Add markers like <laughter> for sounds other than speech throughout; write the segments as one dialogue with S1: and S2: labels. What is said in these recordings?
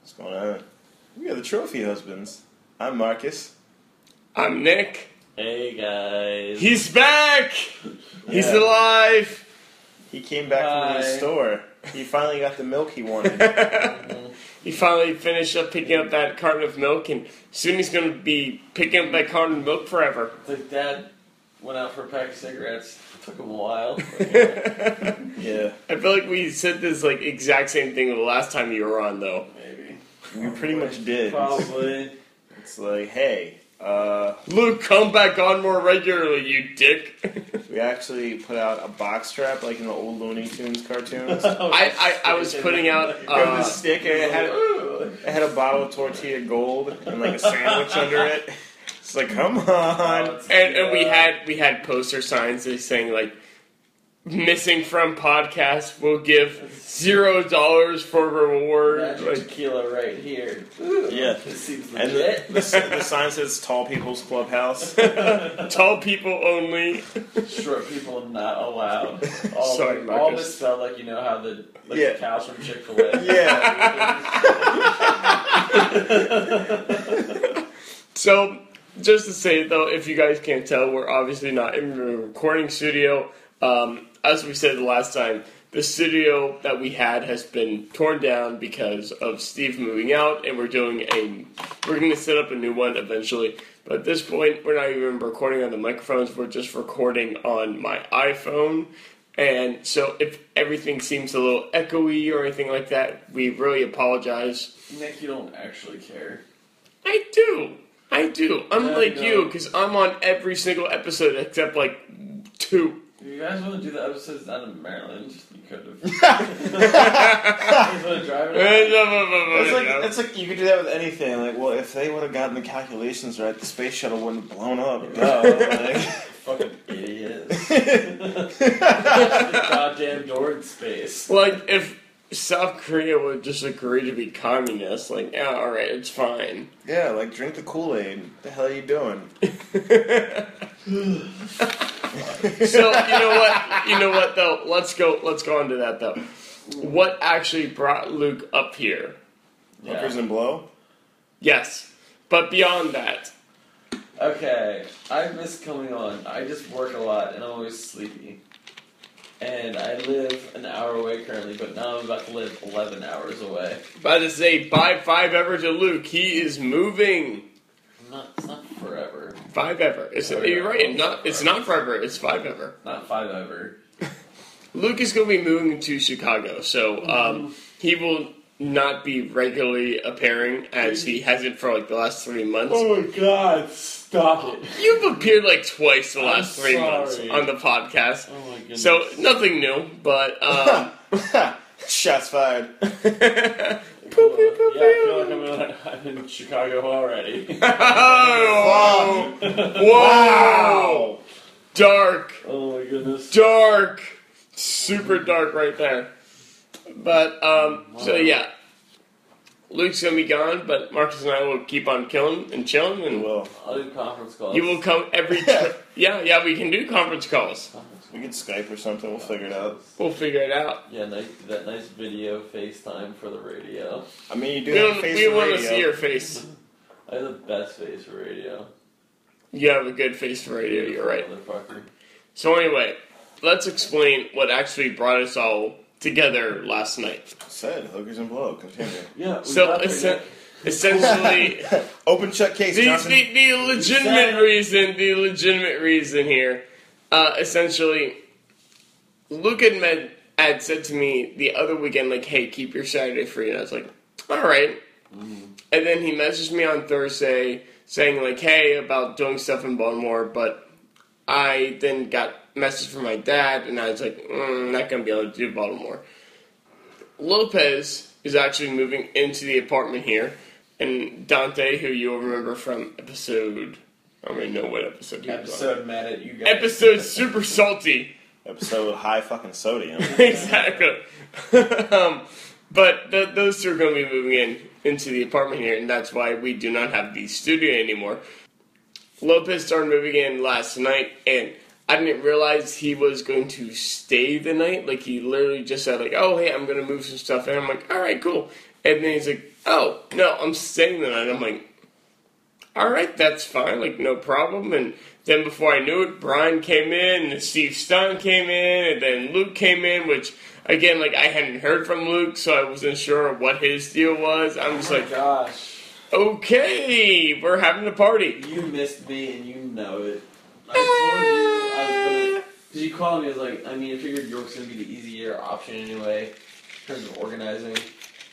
S1: What's going on? We are the Trophy Husbands. I'm Marcus.
S2: I'm Nick.
S3: Hey guys.
S2: He's back. He's
S1: Yeah.
S2: alive. <laughs>
S1: He came back from the
S3: Hi.
S1: store. He finally got the milk he
S2: <laughs>
S1: wanted.
S2: he finally finished up picking up that carton of milk, and soon he's going to be picking up that carton of milk forever. <laughs>
S3: It's like dad went out for a pack of cigarettes. It took him a while.
S2: <laughs> I
S1: yeah,
S2: feel like we said this like exact same thing the last time you were on, though.
S3: Maybe.
S1: we pretty much did.
S3: Probably.
S1: It's like, hey, uh,
S2: Luke, come back on more regularly, you dick. <laughs>
S1: we actually put out a box trap like in the old Looney Tunes
S3: <laughs>
S1: cartoons. It
S2: <laughs> I, I, I was putting out.
S1: was a
S2: Uh,
S1: stick and it had, it had a bottle of tortilla gold and like a sandwich under it. It's like, come on.
S2: and, and we had we had poster signs that saying like missing from podcast will give zero dollars for reward.
S3: uh, Magic
S2: Like,
S3: tequila right here. Ooh,
S1: Yeah.
S3: This seems
S1: And the,
S2: <laughs>
S3: legit.
S1: the, the sign says Tall People's Clubhouse.
S2: tall people only.
S3: Short people not
S2: <laughs>
S3: allowed. All,
S2: Sorry,
S3: all
S2: Marcus.
S3: misspelled like you know how the like
S1: Yeah.
S3: the cows from Chick Fil
S2: <laughs>
S3: A.
S1: <laughs> Yeah.
S2: So just to say though, if you guys can't tell, we're obviously not in the recording studio. Um, as we said the last time, the studio that we had has been torn down because of Steve moving out, and we're doing a we're going to set up a new one eventually. But at this point, we're not even recording on the microphones. We're just recording on my iPhone. And so, if everything seems a little echoey or anything like that, we really apologize.
S3: Nick, you don't actually care.
S2: I do. I do. Unlike
S3: no.
S2: you, because I'm on every single episode except like two.
S3: If you guys want to do the episodes down in Maryland, you could <laughs> have. you guys want to drive it?
S1: It's like it's like you could do that with anything. Like, well, if they would have gotten the calculations right, the space shuttle wouldn't have blown up. Duh.
S3: Fucking idiots.
S1: Like-
S3: <laughs> Goddamn door in space.
S2: Like, if South Korea would just agree to be communist, like, yeah, all right, it's fine.
S1: yeah, like drink the Kool Aid. The hell are you doing?
S2: So you know what? You know what though? Let's go. Let's go on to that though. What actually brought Luke up here?
S1: Hookers and blow.
S2: Yes, but beyond that,
S3: Okay, I miss coming on. I just work a lot and I'm always sleepy. And I live an hour away currently, but now I'm about to live 11 hours away.
S2: about to say bye five ever to Luke. He is moving.
S3: Not, it's not forever.
S2: Five ever. It's,
S3: Oh, yeah.
S2: You're right. It's not, it's not forever. It's five ever.
S3: Not five ever.
S2: Luke is going to be moving to Chicago, so
S3: Mm-hmm.
S2: um, he will not be regularly appearing as he hasn't for like the last three months.
S3: Oh my god, stop it.
S2: You've appeared like twice the
S3: I'm
S2: last three
S3: sorry.
S2: months on the podcast,
S3: Oh my goodness.
S2: so nothing new.
S3: <laughs>
S2: But um,
S1: <laughs>
S2: <laughs>
S1: Shots fired.
S2: Pew, pew, pew,
S3: <laughs> yeah, I feel
S2: pew.
S3: like I'm in, I'm in Chicago already. <laughs>
S2: oh, whoa,
S1: Wow.
S2: dark.
S3: oh my goodness.
S2: dark, super dark right there. But um, so yeah, Luke's gonna be gone, but Marcus and I will keep on killing and chilling, and
S1: Well,
S3: I'll do conference calls.
S2: you will come every. Tri- yeah, yeah, we can do conference calls.
S1: we could Skype or something. We'll figure it out.
S2: We'll figure it out.
S3: Yeah, nice, that nice video FaceTime for the radio.
S1: I mean, you do
S2: We,
S1: have
S2: don't-
S1: a face
S2: we
S1: for
S2: want to
S1: radio.
S2: see your face.
S3: I have the best face for radio.
S2: You have a good face for radio. You're right.
S3: Motherfucker.
S2: So anyway, let's explain what actually brought us all together last night.
S1: Said hookers and blow. Continue.
S3: Yeah, we
S2: So
S3: got there,
S2: essen-
S3: Nick.
S1: <laughs>
S2: essentially.
S1: Open shut case.
S2: the,
S1: Johnson.
S2: the, the legitimate reason, the legitimate reason here, uh, essentially, Luke had, med, had said to me the other weekend, like, hey, keep your Saturday free. And I was like, all right. And then he messaged me on Thursday saying, like, hey, about doing stuff in Baltimore. But I then got message from my dad, and I was like, mm, I'm not going to be able to do Baltimore. Lopez is actually moving into the apartment here, and Dante, who you'll remember from episode, I don't even know what episode he was on.
S3: Episode mad at you guys.
S2: Episode super salty, <laughs>
S1: Episode with high fucking sodium.
S2: exactly. <laughs> um, but th- those two are going to be moving in into the apartment here, and that's why we do not have the studio anymore. Lopez started moving in last night, and I didn't realize he was going to stay the night. Like he literally just said, like, "Oh, hey, I'm going to move some stuff," in." I'm like, "All right, cool." And then he's like, oh, no, I'm staying the night. I'm like, all right, that's fine, like, no problem. And then before I knew it, Brian came in, and Steve Stein came in, and then Luke came in, which, again, like, I hadn't heard from Luke, so I wasn't sure what his deal was. I'm just
S3: oh
S2: like,
S3: my gosh,
S2: okay, we're having a party.
S3: you missed me and you know it. I told you I was gonna. Did you call me? I was like, I mean, I figured York's gonna be the easier option anyway, in terms of organizing.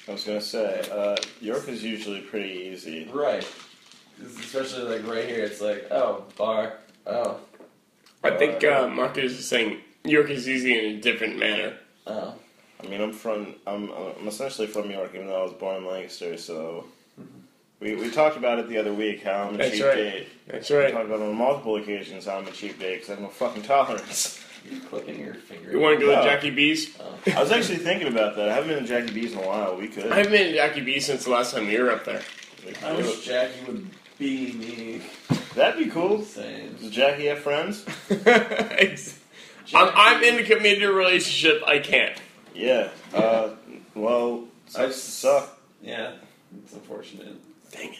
S1: I was gonna say, uh, York is usually pretty easy.
S3: Right. Especially like right here, it's like, oh, bar, oh,
S2: I think uh, Marcus is saying York is easy in a different manner.
S3: oh.
S1: I mean, I'm from, I'm, I'm essentially from York, even though I was born in Lancaster. So, we, we talked about it the other week how I'm a
S2: Mm-hmm. That's
S1: cheap
S2: right.
S1: date.
S2: That's
S1: We
S2: right.
S1: talked about it on multiple occasions how I'm a cheap date because I have no fucking tolerance.
S3: You're clicking your finger.
S2: You want to go
S1: No.
S2: to Jackie B's?
S3: Oh.
S1: I was actually thinking about that. I haven't been to Jackie B's in a while. We could.
S2: I haven't been to Jackie B's since the last time you were up
S1: <laughs>
S2: there.
S1: We could
S3: I
S1: do
S3: wish Jackie would be me.
S1: it. That'd be cool.
S3: Same.
S1: Does Jackie have friends?
S2: Ex- I'm, I'm in a committed relationship. I can't.
S1: Yeah. Uh, well,
S3: I've
S1: sucks to suck.
S3: Yeah, it's unfortunate.
S2: Dang it.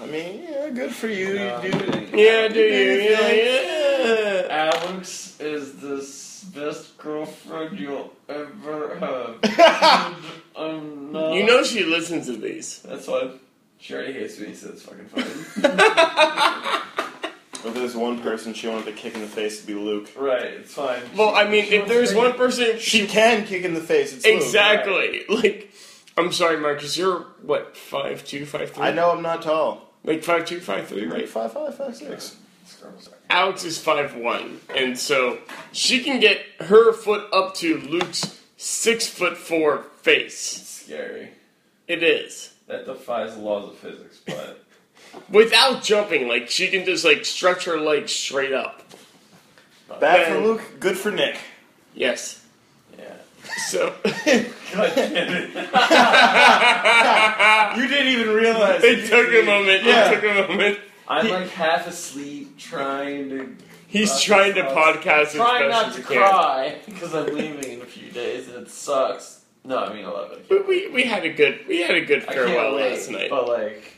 S1: I mean, yeah, good for you.
S3: No,
S1: you
S3: I'm
S1: do.
S3: kidding.
S2: Yeah, do you? Yeah, yeah.
S3: Alex is the s- best girlfriend you'll ever
S2: <laughs>
S3: have. I'm not.
S2: You know she listens to these.
S3: That's why she already hates me, so it's fucking fine. <laughs>
S1: If there's one person she wanted to kick in the face, it'd be Luke.
S3: right, it's fine.
S2: Well, I mean,
S3: She
S2: if there's one
S3: wants
S2: person
S1: She
S2: she
S1: can kick in the face. It's Luke.
S2: exactly like, I'm sorry, Marcus. You're what five two five three?
S1: I know I'm not tall.
S2: like five two five three,
S1: Like
S2: right?
S1: five five five six.
S3: to bring-
S2: Alex is five one, and so she can get her foot up to Luke's six foot four face.
S3: It's scary.
S2: It is.
S3: That defies the laws of physics, but.
S2: without jumping. Like she can just like stretch her legs straight up.
S1: Bad for
S2: Okay.
S1: Luke, good for Nick.
S2: Yes.
S3: Yeah.
S2: So <laughs>
S3: God damn it.
S1: You didn't even realize.
S2: it took a moment.
S1: Yeah.
S2: It took a moment.
S3: I'm like half asleep trying to
S2: He's
S3: That's
S2: trying to
S3: awesome.
S2: podcast as
S3: trying
S2: best
S3: not
S2: as
S3: to
S2: he can.
S3: cry because I'm leaving in a few days and it sucks. No, I mean I love it.
S2: But we, we had a good we had a good
S3: I can't
S2: farewell
S3: wait,
S2: last night.
S3: But like,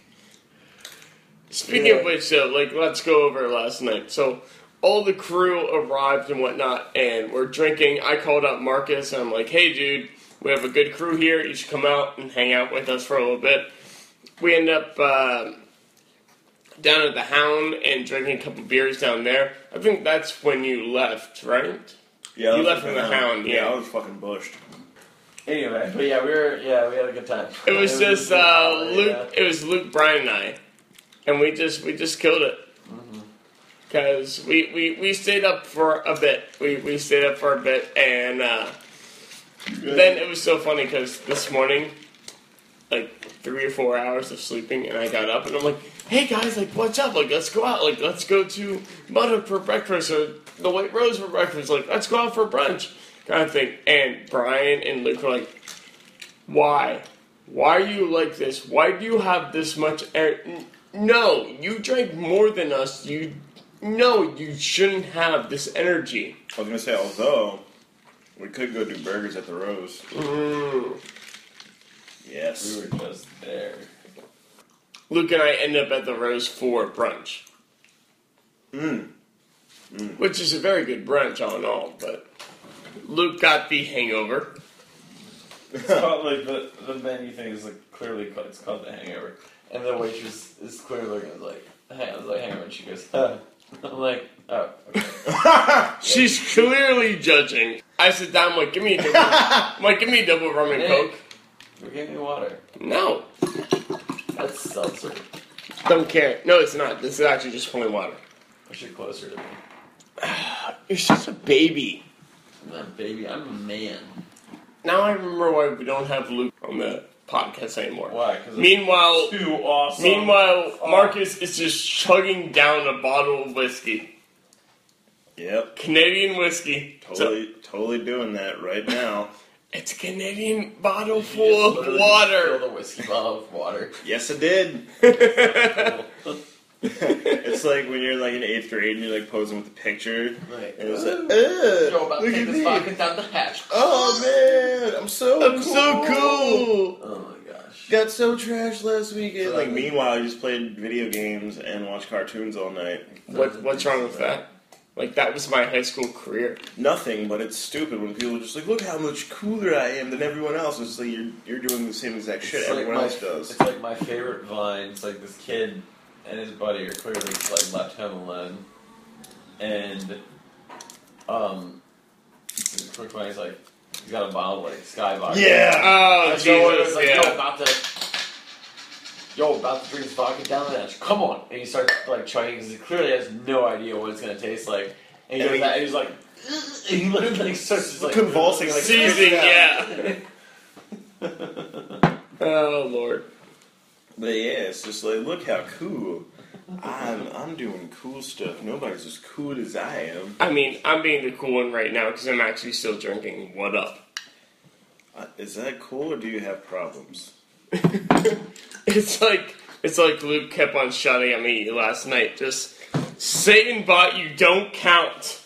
S2: Speaking
S3: Yeah.
S2: of which, though, like let's go over last night. So all the crew arrived and whatnot, and we're drinking. I called up Marcus and I'm like, "Hey, dude, we have a good crew here. You should come out and hang out with us for a little bit." We end up uh, down at the Hound and drinking a couple beers down there. I think that's when you left, right?
S1: Yeah,
S2: You
S1: I was
S2: left him
S1: fucking
S2: the
S1: out.
S2: hound, yeah.
S1: I was fucking bushed.
S3: anyway, but yeah, we were yeah we had a good time.
S2: It was just uh,
S3: yeah.
S2: Luke. It was Luke, Brian, and I, and we just we just killed it. Because we, we, we stayed up for a bit. We, we stayed up for a bit, and uh, then it was so funny because this morning, like three or four hours of sleeping, and I got up and I'm like, hey guys, like what's up? Like let's go out. Like let's go to Mother for breakfast or the White Rose for breakfast. Like let's go out for brunch, kind of thing. And Brian and Luke were like, why? Why are you like this? Why do you have this much air? N- No, you drank more than us. You no, you shouldn't have this energy.
S1: I was gonna say, although we could go do burgers at the Rose.
S2: Mm.
S1: Yes.
S3: we were just there.
S2: Luke and I end up at the Rose for brunch, Hmm.
S1: Mm.
S2: which is a very good brunch all in all. But Luke got the hangover.
S3: It's called like the the menu thing is like clearly called, it's called the Hangover, and the waitress is clearly looking like hey, I was like Hangover, and she goes, huh. <laughs> I'm like, oh, okay.
S2: She's clearly judging. I sit down, I'm like, give me a <laughs> double, I'm like, give me a double rum and
S3: Nick,
S2: coke.
S3: you gave me water.
S2: No,
S3: That's seltzer.
S2: don't care. No, it's not. This is actually just plain water.
S3: Push it closer to me.
S2: You're such a baby.
S3: I'm not a baby, I'm a man.
S2: Now I remember why we don't have Luke on the podcast anymore.
S3: Why? Uh, Because
S2: Meanwhile,
S3: too awesome.
S2: meanwhile, Marcus is just chugging down a bottle of whiskey,
S1: Yep.
S2: Canadian whiskey. So
S1: Totally, totally doing that right now.
S2: it's a Canadian bottle
S3: You
S2: full
S3: just
S2: of
S3: literally
S2: water.
S3: Fill the whiskey bottle with water.
S1: Yes, I did.
S2: <laughs>
S1: it's like when you're like in eighth grade and you're like posing with a picture.
S3: right.
S1: And it's like,
S3: Joe about
S1: Ugh,
S3: to
S1: look
S3: take
S1: at Oh.
S3: this
S1: me.
S3: pocket down the hatch.
S1: Oh man, I'm so
S2: I'm so cool.
S3: Oh my gosh.
S1: got so trashed last weekend.
S3: Right.
S1: Like, meanwhile, I just played video games and watched cartoons all night.
S2: What what's wrong with that? Like that was my high school career.
S1: Nothing, but it's stupid when people are just like, look how much cooler I am than everyone else. It's like you're, you're doing the same exact shit
S3: It's like
S1: everyone
S3: my-
S1: else does.
S3: It's like my favorite vine. It's like this kid and his buddy are clearly like left home alone, and um, the quick vine is like he's got a bottle like skybox.
S1: Yeah!
S2: Oh
S3: Like, yo, and
S2: Jesus!
S3: it's like, yo,
S2: yeah.
S3: about to, yo, about to drink this vodka down the hatch. Come on! And he starts like trying because he clearly has no idea what it's gonna taste like.
S1: And
S3: And he goes
S1: he-
S3: that, and he's like, and he literally like, starts just, like
S1: Convulsing, like,
S2: Seizing, yeah.
S3: <laughs>
S1: but
S2: Oh Lord.
S1: yeah, it's just like, look how cool. I'm, I'm doing cool stuff. Nobody's as cool as I am.
S2: I mean, I'm being the cool one right now because I'm actually still drinking. What up? <laughs>
S1: Uh, Is that cool or do you have problems?
S2: It's like it's like Luke kept on shouting at me last night. Just Satan bot, you don't count.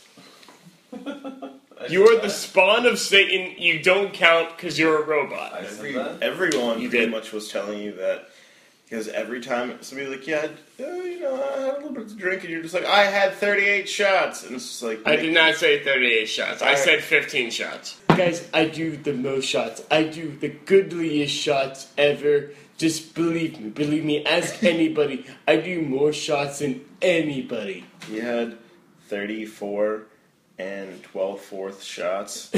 S2: You are the spawn of Satan. You don't count because you're a robot.
S3: I said that.
S1: Everyone
S2: You
S1: pretty
S2: did.
S1: much was telling you that because every time somebody like, yeah, I- uh, you know, I had a little bit to drink, and you're just like, I had 38 shots, and it's just like,
S2: I did not say 38 shots. I
S1: Alright.
S2: said 15 shots. Guys, I do the most shots. I do the goodliest shots ever. Just believe me. Believe me. Ask anybody. I do more shots than anybody.
S1: He had 34 and 12 fourth shots.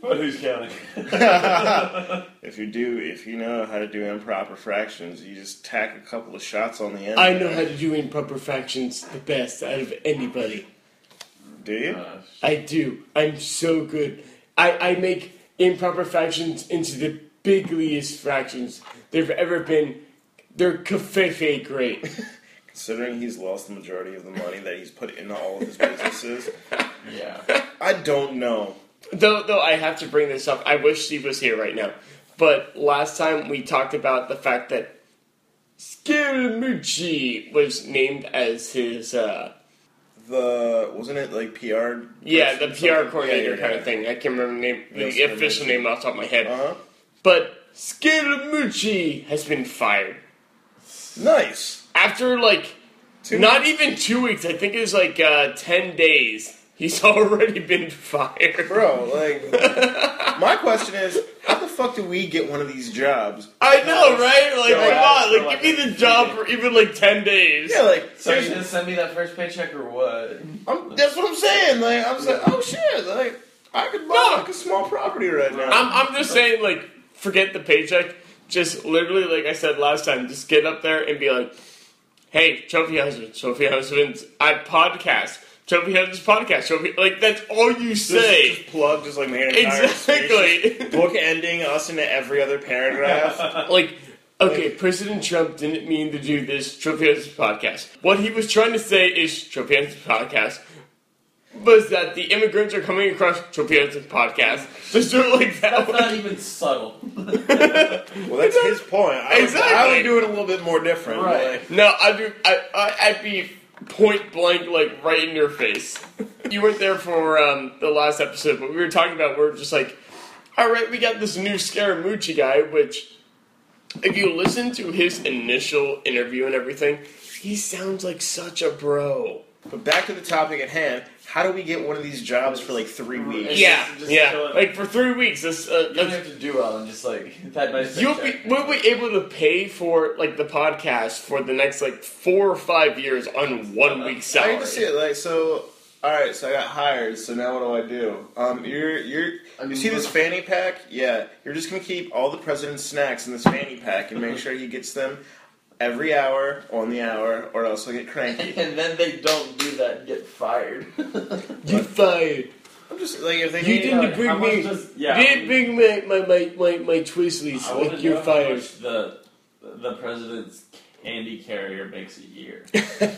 S3: But who's counting?
S1: if you do, if you know how to do improper fractions, you just tack a couple of shots on the end.
S2: <laughs> I
S1: there.
S2: know how to do improper fractions the best out of anybody.
S1: Do you?
S3: <laughs>
S2: <laughs>
S3: Uh,
S2: I do. I'm so good. I, I make improper fractions into the bigliest fractions there've ever been. They're kafefe great.
S1: Considering he's lost the majority of the money that he's put into all of his businesses,
S3: yeah.
S1: I don't know.
S2: Though, though I have to bring this up. I wish Steve was here right now. But last time we talked about the fact that Scaramucci was named as his, uh,
S1: The wasn't it like PR?
S2: yeah,
S1: person,
S2: the PR
S1: something?
S2: coordinator
S1: Yeah, yeah,
S2: kind
S1: yeah.
S2: of thing. I can't remember the name, the
S1: Yes, I
S2: official
S1: know.
S2: name off the top of my head.
S1: Uh huh.
S2: But Scaramucci has been fired
S1: Nice.
S2: after like
S1: Two
S2: not even two weeks. I think it was like uh, ten days. He's <laughs> already been fired.
S1: Bro, like, <laughs> my question is, how the fuck do we get one of these jobs?
S2: I know, right? Like,
S3: Yo,
S2: come
S3: I
S2: on,
S3: was
S2: like,
S3: like,
S2: give me the job for even like ten days.
S1: Yeah, like,
S3: So you
S1: seriously,
S3: gonna send me that first paycheck
S2: <laughs>
S3: or what?
S1: I'm, that's what I'm saying. Like, I'm like, oh shit, like, I could buy
S2: No.
S1: like a small property right now.
S2: I'm, I'm just saying, like, forget the paycheck. Just literally, like I said last time, just get up there and be like, "Hey, trophy husband, trophy husbands, I podcast, trophy husbands podcast, trophy." Like that's all you
S1: Just-
S2: say.
S1: just plug, just like man,
S2: Exactly.
S1: Book ending us into every other paragraph.
S2: <laughs> like okay president trump didn't mean to do this tropian's podcast what he was trying to say is tropian's podcast was that the immigrants are coming across tropian's podcast <laughs> just do it like that
S3: That's not
S2: one. <laughs>
S3: even subtle.
S1: well, that's his point. I would, I
S2: Exactly.
S1: would do it a little bit more different.
S3: Right.
S1: Like,
S2: no i do I, I i'd be point blank like right in your face you weren't there for um, the last episode but we were talking about we're just like all right we got this new scaramucci guy which if you listen to his initial interview and everything, he sounds like such a bro.
S1: but back to the topic at hand. How do we get one of these jobs for like three weeks?
S3: It's
S2: yeah,
S3: just- just
S2: yeah.
S3: chilling.
S2: Like for three weeks, this uh,
S3: You don't
S2: that's-
S3: have to do well and just like that nice
S2: you'll be
S3: paycheck.
S2: we'll be able to pay for like the podcast for the next like four or five years on one week's
S1: I
S2: salary.
S1: just see it like so. All right, so I got hired. So now what do I do? Um, you're you're
S3: I mean,
S1: you see this fanny pack? Yeah, you're just gonna keep all the president's snacks in this fanny pack and
S3: <laughs>
S1: make sure he gets them every hour on the hour, or else he'll get
S3: <laughs>
S1: cranky.
S3: and then they don't do that and get fired. <laughs>
S2: You fired.
S1: I'm just like if they
S2: You
S1: need
S2: didn't
S3: I
S2: bring
S3: was
S2: me.
S3: just- yeah.
S2: you didn't bring my my my my, my Twizzlers.
S3: I
S2: Like
S3: wouldn't
S2: you're
S3: know how
S2: fired.
S3: much the the president's candy carrier makes a year.
S1: because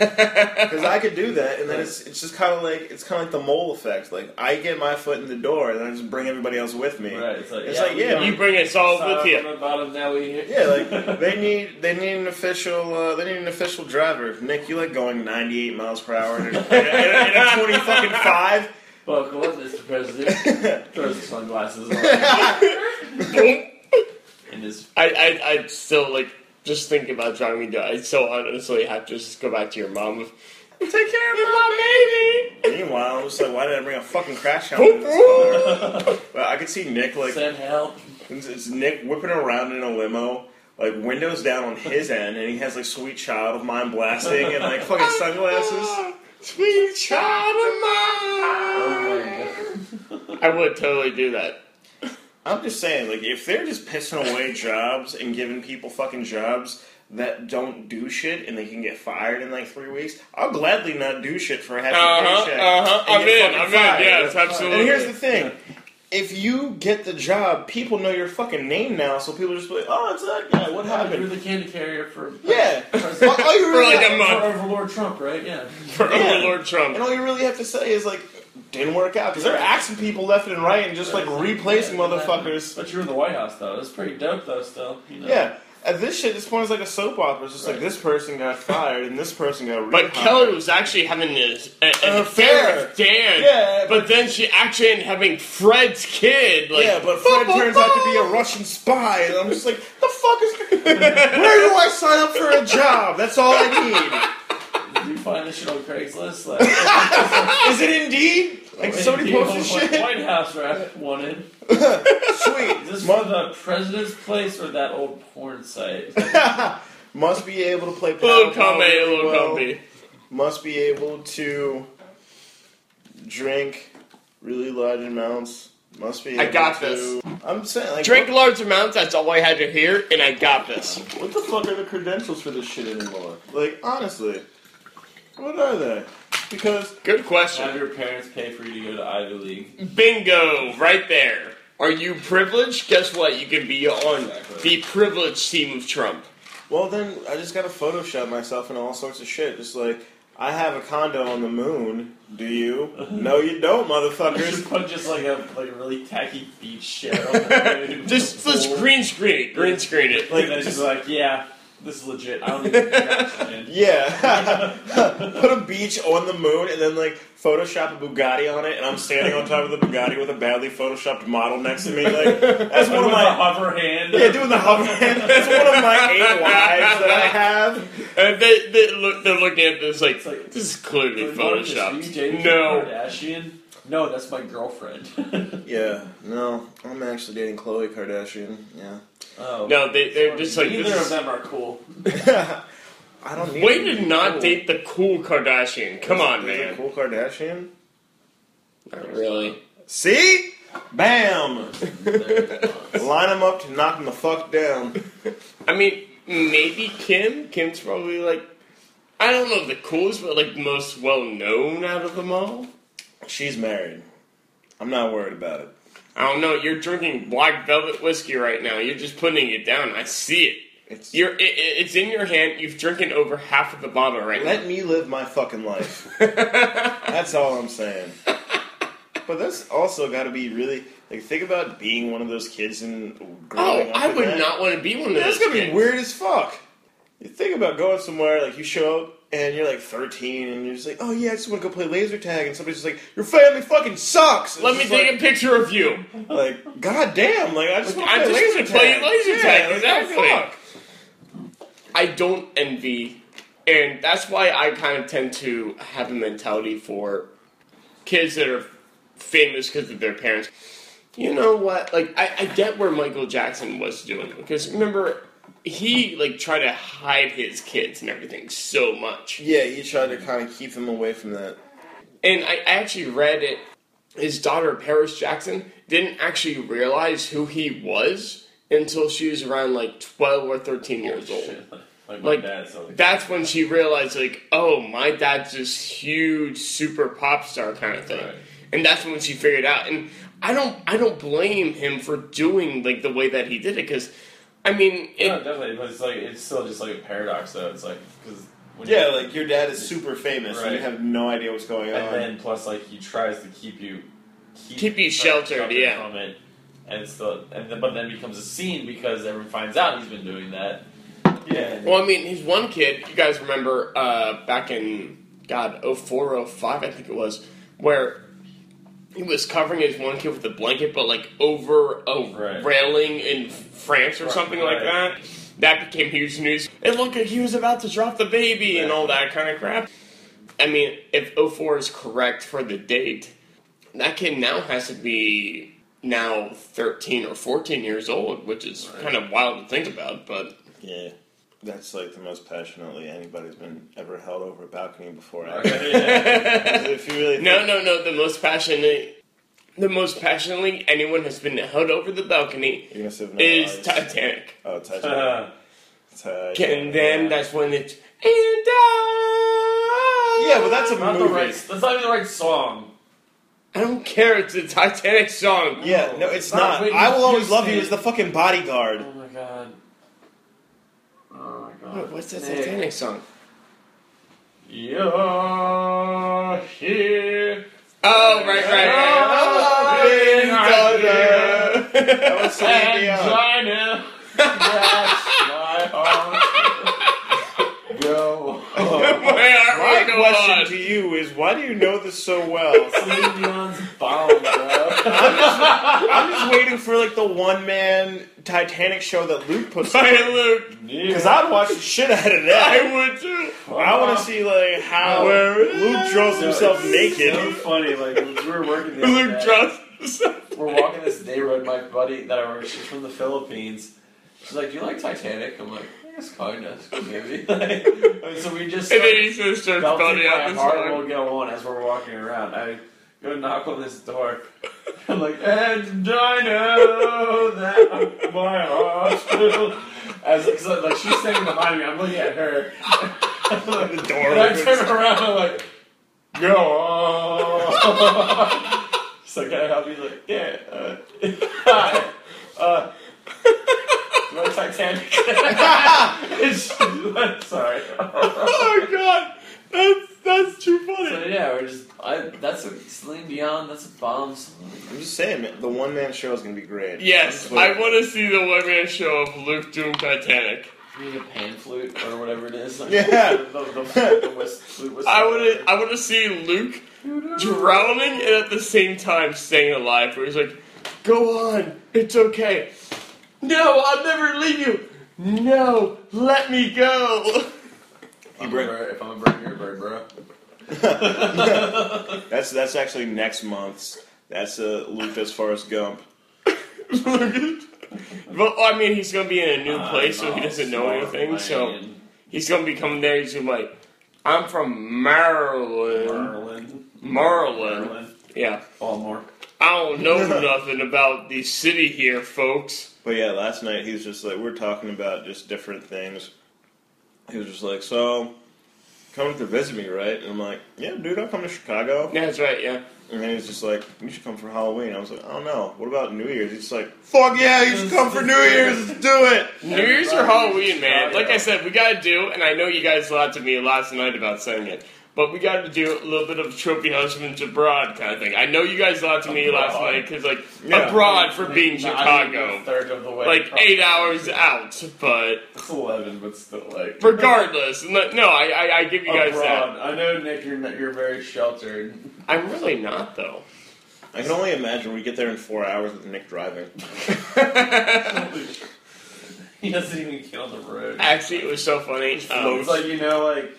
S1: I could do that, and then it's it's just kind of like it's kind of like the mole effect. Like I get my foot in the door, and then I just bring everybody else with me.
S3: Right? It's like
S1: <laughs> It's
S3: yeah,
S1: like,
S3: we
S1: yeah,
S3: don't
S2: <laughs> You bring us all
S3: start
S2: with
S3: From
S2: you.
S3: the bottom, now we
S1: Yeah,
S3: <laughs>
S1: like they need they need an official uh, they need an official driver. Nick, you like going 98 miles per hour and a, and a- and a 20 fucking five. <laughs> <laughs>
S3: buckle up, Mr. President. Throws his sunglasses on.
S2: Boom.
S3: is
S2: <laughs> I, I, I'd still like just think about driving me down. I'd so honestly have to just go back to your mom. with, Take care of my baby.
S1: Meanwhile, I was like, why did I bring a fucking crash helmet? in this car? Well, I could see Nick like
S3: send help.
S1: It's, it's Nick whipping around in a limo, like windows down on his end, and he has like "Sweet Child of Mine" blasting and like fucking
S2: <laughs>
S1: sunglasses.
S2: Sweet child of mine.
S3: Oh my god.
S2: I would totally do that.
S1: I'm just saying, like if they're just pissing away jobs and giving people fucking jobs that don't do shit and they can get fired in like three weeks, I'll gladly not do shit for a half
S2: Uh-huh,
S1: paycheck.
S2: uh-huh.
S1: and
S2: I'm
S1: get
S2: in,
S1: fucking
S2: I'm in,
S1: fired.
S2: yes, absolutely.
S1: And here's the thing. If you get the job, people know your fucking name now, so people just be like, "Oh, it's that guy. What
S3: Happened. You
S1: happened?"
S3: were the candy carrier for
S1: Yeah.
S2: <laughs>
S1: <laughs>
S3: for,
S1: All- all you
S2: For
S1: really
S2: like a
S1: have-
S2: month.
S3: for Overlord Trump, right? Yeah.
S2: For
S1: Yeah.
S2: Overlord Trump.
S1: And all you really have to say is like, didn't work out because they're axing people left and right and just like replacing motherfuckers.
S3: But you were in the White House though. That's pretty dope though. Still, you know.
S1: Yeah, and this shit, this point is like a soap opera. It's just like
S3: Right.
S1: this person got fired and this person got.
S2: But
S1: rehired.
S2: Kelly was actually having an, an,
S1: An
S2: affair
S1: affair.
S2: with Dan.
S1: Yeah,
S2: But then she actually ended up having Fred's kid. Like,
S1: yeah, but Fred turns out to be a Russian spy, and I'm just like, the fuck is?
S2: <laughs>
S1: Where do I sign up for a job? That's all I
S3: Did you find this shit on
S1: <laughs>
S3: Craigslist? Like,
S1: need. Is it Indeed? Like somebody
S3: People
S1: posted
S3: like,
S1: shit.
S3: White House rap wanted. Is
S1: Sweet.
S3: this from the president's place or that old porn site?
S1: Must be able to play.
S2: Little
S1: Powerball
S2: Come A,
S1: really
S2: little
S1: well.
S2: Come B.
S1: must be able to drink really large amounts. Must be. Able
S2: I got
S1: to,
S2: this.
S1: I'm saying like
S2: Drink large amounts, that's all I had to hear, and I got this.
S1: What, what the fuck are the credentials for this shit anymore? Like honestly, what are they? Because
S2: Good
S3: Have
S2: question.
S3: your parents pay for you to go to Ivy
S1: <laughs>
S3: League?
S2: Bingo, right there. Are you privileged? Guess what? You can be on
S3: Exactly.
S2: the privileged team of Trump.
S1: well then I just gotta Photoshop myself and all sorts of shit. Just like I have a condo on the moon. Do you? No, you don't,
S3: You should
S1: motherfuckers.
S3: put just like a like a really tacky beach chair
S1: <laughs>
S3: on the
S2: <laughs>
S3: moon.
S2: Just let's green screen it. Green screen it.
S3: Like,
S2: <laughs>
S3: and she's like, yeah, this is legit. I don't even think
S1: Yeah, put a beach on the moon and then like Photoshop a Bugatti on it, and I'm standing on top of the Bugatti with a badly photoshopped model next to me. Like <laughs>
S3: <laughs>
S1: that's one of
S3: my
S1: my
S3: hover hand.
S1: yeah, doing the hover <laughs> hand. That's one of my eight wives that I have.
S2: And Uh, they, they look, they're looking at this like,
S3: It's like-
S2: this is clearly
S3: Like, Marcus, are you dating
S2: photoshopped. No.
S3: Kardashian? No, that's my girlfriend. <laughs>
S1: Yeah, no, I'm actually dating Khloe Kardashian.
S2: <laughs>
S3: oh.
S2: No, they, they're just like,
S3: neither
S2: this
S3: of
S2: is,
S3: them are cool.
S2: <laughs>
S1: Yeah, I don't need.
S2: way to not
S1: Cool.
S2: date the cool Kardashian. Come on,
S1: There's a
S2: man.
S1: Cool Kardashian.
S2: Not really.
S1: See,
S2: <laughs>
S1: bam,
S3: They're-
S1: line them up to knock them the fuck down.
S2: I mean, maybe Kim. Kim's probably like, I don't know if the coolest, but like most well known out of them all.
S1: She's married. I'm not worried about it.
S2: I don't know. You're drinking black velvet whiskey right now. You're just putting it down. I see it.
S1: It's
S2: You're, it, it- it's in your hand. You've drinking over half of the bottle right
S1: Let me live my fucking
S2: <laughs>
S1: life. that's all I'm saying. But that's also got to be really like think about being one of those kids and growing
S2: Oh,
S1: up
S2: I
S1: in
S2: would
S1: that.
S2: not want to be one of
S1: That's
S2: those.
S1: gonna be
S2: kids.
S1: weird as fuck. You think about going somewhere like you show up and you're like 13 and you're just like, oh yeah, I just want to go play laser tag, and somebody's just like, your family fucking sucks. It's
S2: Let me
S1: just
S2: take
S1: like,
S2: a picture of you.
S1: Like, goddamn, like I just want to
S2: I just
S1: play laser
S2: wanna play
S1: tag.
S2: laser
S1: Yeah,
S2: tag,
S1: like,
S2: exactly.
S1: fuck.
S2: I don't envy, and that's why I kind of tend to have a mentality for kids that are famous because of their parents. You know what? Like, I, I get where Michael Jackson was doing because remember, he like tried to hide his kids and everything so much.
S1: Yeah, you try to kind of keep them away from that.
S2: And I actually read it. His daughter, Paris Jackson, didn't actually realize who he was until she was around like 12 or 13 years old.
S3: Shit, Like my
S2: Like,
S3: dad, so like,
S2: That's when she realized, like, oh, my dad's this huge super pop star kind of thing.
S3: Right.
S2: And that's when she figured out. And I don't, I don't blame him for doing like the way that he did it because, I mean, it,
S3: no, definitely, but it's like it's still just like a paradox, though. It's like because
S1: Yeah, like your dad is super famous and you
S3: Right.
S1: have no idea what's going on.
S3: and then plus like he tries to keep you
S2: Keep you sheltered, yeah.
S3: from it, and it's the and then, but then becomes a scene because everyone finds out he's been doing that. Yeah,
S2: Well, I mean, he's one kid. You guys remember oh uh, back in God 04, 05, I think it was, where he was covering his one kid with a blanket, but like over a
S3: Right.
S2: railing in France or
S3: Right,
S2: something like
S3: right.
S2: that. That became huge news. It looked like he was about to drop the baby and all that kind of crap. I mean, if 04 is correct for the date, that kid now has to be now 13 or 14 years old, which is
S3: Right.
S2: kind of wild to think about,
S3: <laughs>
S2: but
S1: Yeah. That's like the most passionately anybody's been ever held over a balcony before. <laughs>
S2: <laughs>
S3: <laughs>
S1: if you really
S2: No, no, no. The most passionate, the most passionately anyone has been held over the balcony
S1: You're gonna say vanilla
S2: is
S1: ice.
S2: Titanic,
S1: Oh, <laughs> Titanic.
S3: Uh,
S1: Titanic.
S2: and then that's when it's and I.
S1: Yeah, but that's a
S3: not the
S1: movie.
S3: right. That's not even the right song.
S2: I don't care. It's a Titanic song.
S1: Yeah, no, it's
S3: Not
S1: not.
S3: Whitney
S1: I will always love you
S3: Houston.
S1: as the fucking bodyguard.
S3: Oh my god. Oh my god.
S2: What- What's that
S3: Nick.
S2: Titanic song?
S3: You're here.
S2: Oh, right, right. right.
S1: Oh,
S2: <laughs>
S1: That was Celine
S3: And
S1: Dion.
S3: China. That's my heart. Go. home.
S1: My
S2: My
S1: question to you is, why do you know this so well?
S3: Celine Dion's bomb, bro.
S1: I'm just waiting for like the one man Titanic show that Luke puts on.
S2: Hey, Luke.
S1: Because I'd watch the shit out of that.
S2: I would too.
S1: I want to see like how
S2: Where is-
S1: Luke draws himself
S3: So
S1: naked.
S3: funny, like we were working. The other
S2: Luke
S3: day,
S2: drops.
S3: We're walking this neighborhood. My buddy that I work, she's from the Philippines. She's like, "Do you like Titanic?" I'm like, "I guess kind of, maybe." <laughs> Like, and so we just
S2: And then
S3: started
S2: he says, starts
S3: belting
S2: belting out
S3: my
S2: the
S3: heart
S2: song.
S3: will go on as we're walking around. I go knock on this door. I'm like, and I know that my heart will. <laughs> As cause, I- like she's standing behind me, I'm looking at her.
S1: The
S3: And I
S1: door.
S3: turn around, I'm like, go on. <laughs> She's like, can I help you? He's like, yeah. Uh, <laughs> hi. Uh, do you like Titanic? <laughs> And she's like, Sorry. <laughs>
S2: Oh my god, that's that's too funny.
S3: So yeah, we're just. I, that's a Celine Dion. That's a bomb song.
S1: I'm just saying, man, the one man show is gonna be great.
S2: Yes, I want to see the one man show of Luke doing Titanic.
S3: You need a pan flute or whatever it is.
S1: Yeah.
S3: The, the, the whist, flute whistle.
S2: I want to I want to see Luke drowning and at the same time staying alive. Where he's like, "Go on, it's okay. No, I'll never leave you. No, let me go." <laughs>
S3: I'm a bird- If I'm a bird, you're a bird, bro.
S1: That's that's actually next month's. That's uh, Luke as far as Gump.
S2: Well, I mean, he's gonna be in a new
S3: Uh,
S2: place, so he
S3: I'm
S2: doesn't
S3: a
S2: know
S3: small
S2: anything. So
S3: man.
S2: he's gonna be coming there. He's gonna be like, "I'm from Maryland."
S3: Merlin.
S2: Maryland. Yeah.
S3: Baltimore.
S2: I don't know
S3: <laughs>
S2: nothing about the city here, folks.
S1: But yeah, last night he was just like, we're talking about just different things. He was just like, so, coming to visit me, right? And I'm like, yeah, dude, I'll come to Chicago.
S2: Yeah, That's right, yeah.
S1: And then he was just like, you should come for Halloween. I was like, I don't know. What about New Year's? He's like, fuck yeah, you should come for New Year's. Let's do it.
S2: New Year's or
S3: Everybody
S2: Halloween,
S3: in
S2: man.
S3: Chicago.
S2: Like I said, we gotta do, and I know you guys lied to me last night about saying it, but we gotta do a little bit of trophy husbands abroad kind of thing. I know you guys lied to me last
S3: Abroad.
S2: night because, like,
S1: Yeah.
S2: abroad for being
S3: Not even a
S2: Chicago.
S3: third of the way.
S2: Like, eight hours out, but
S3: It's eleven, but still like.
S2: regardless, no, no, I, I, I give you guys that.
S3: Abroad. I know, Nick. You're not- you're very sheltered. <laughs>
S2: I'm really not, though.
S1: I can only imagine we get there in four hours with Nick driving.
S3: he doesn't even get on the road.
S2: Actually, it was so funny. Um, <laughs>
S3: It's <laughs> like you know, like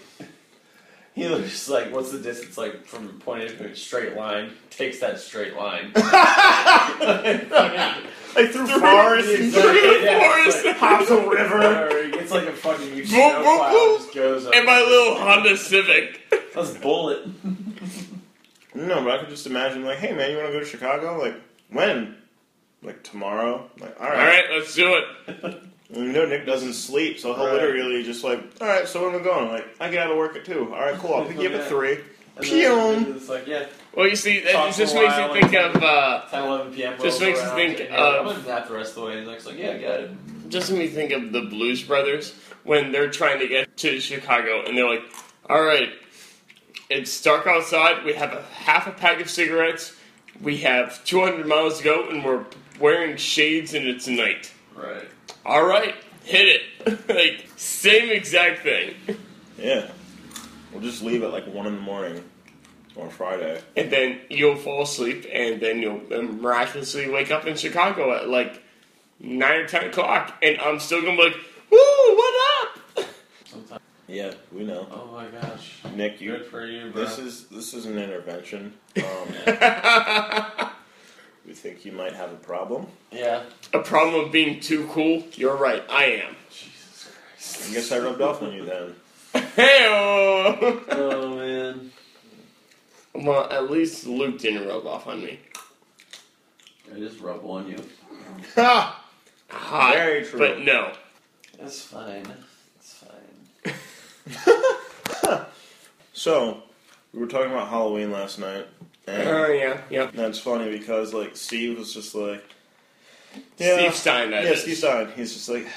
S3: he looks like what's the distance like from point A to point straight line? Takes that
S2: <laughs>
S3: straight line.
S1: Like through
S2: forests and
S1: forests.
S2: forest.
S1: Pops a river.
S3: It's like a fucking
S2: Boop, boop,
S3: snowplow
S2: boop.
S3: just goes up.
S2: and my
S3: <laughs>
S2: little Honda Civic.
S3: That's bullet. <laughs>
S1: No, but I could just imagine, like, hey man, you want to go to Chicago? Like, when? Like tomorrow? Like, all right.
S2: All right, let's do it.
S1: And you know Nick doesn't sleep, so he'll
S3: Right.
S1: literally just like, all right, so when are we going? Like, I get out of work at two. All right, cool. I'll pick you up
S3: <laughs> Yeah.
S1: at three.
S3: And then
S1: Pew.
S3: It's like yeah,
S2: Well, you see, that
S3: Talk
S2: just
S3: for a
S2: makes
S3: while
S2: you think
S3: and-
S2: of uh,
S3: 10, 11 p.m.
S2: Just
S3: rolls
S2: makes you
S3: around,
S2: think um,
S3: and you're
S2: of-
S3: like, I'm gonna nap the rest of the way. And Nick's like, yeah, I got it.
S2: just made me think of the Blues Brothers when they're trying to get to Chicago, and they're like, "All right, it's dark outside. We have a half a pack of cigarettes. We have 200 miles to go, and we're wearing shades, and it's night.
S3: Right.
S2: All right, hit it. <laughs> like same exact thing.
S1: Yeah. We'll just leave at like one in the morning. on Friday.
S2: and then you'll fall asleep, and then you'll miraculously wake up in Chicago at like nine or ten o'clock, and I'm still gonna be like, "Woo, what up?" <laughs>
S3: Sometimes.
S1: Yeah, we know.
S3: Oh my gosh.
S1: Nick, you.
S3: Good for you, bro.
S1: This is this is an intervention. Um, <laughs> we think you might have a problem.
S3: yeah.
S2: A problem of being too cool. You're right. I am.
S3: Jesus
S1: I
S3: Christ.
S1: guess I rubbed off on you then.
S2: Hey,
S3: Oh man.
S2: <laughs> well, at least Luke didn't rub off on me.
S3: I just rub on you.
S1: <laughs> Ha!
S2: Hot,
S1: Very true.
S2: But no.
S3: That's fine. It's fine.
S1: So, we were talking about Halloween last night, and
S2: Oh yeah, yeah.
S1: that's funny because like Steve was just like,
S2: Steve Stein. That
S1: yeah,
S2: is.
S1: Steve Stein. He's just like,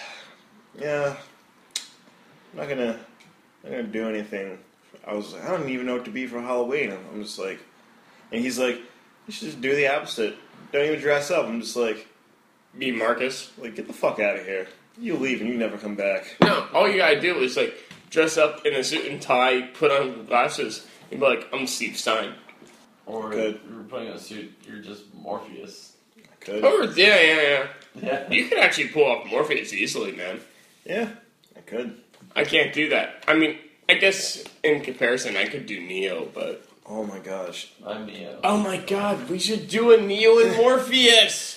S1: yeah, I'm not gonna, I'm not gonna do anything. I was like, I don't even know what to be for Halloween. I'm, I'm just like, and he's like, you should just do the opposite. Don't even dress up. I'm just like,
S2: Be Marcus.
S1: like get the fuck out of here. You leave and you never come back.
S2: No, all you gotta do is like dress up in a suit and tie, put on glasses, and be like, "I'm Steve Stein."
S3: Or
S1: Good.
S3: you're putting on a suit. You're just Morpheus. <laughs>
S1: I could,
S2: Or yeah, yeah, yeah.
S3: Yeah.
S2: You could actually pull off Morpheus easily, man.
S1: yeah, I could.
S2: I can't do that. I mean, I guess in comparison, I could do Neo, but
S1: Oh my gosh,
S3: I'm Neo.
S2: oh my god, we should do a Neo
S3: <laughs>
S2: and Morpheus.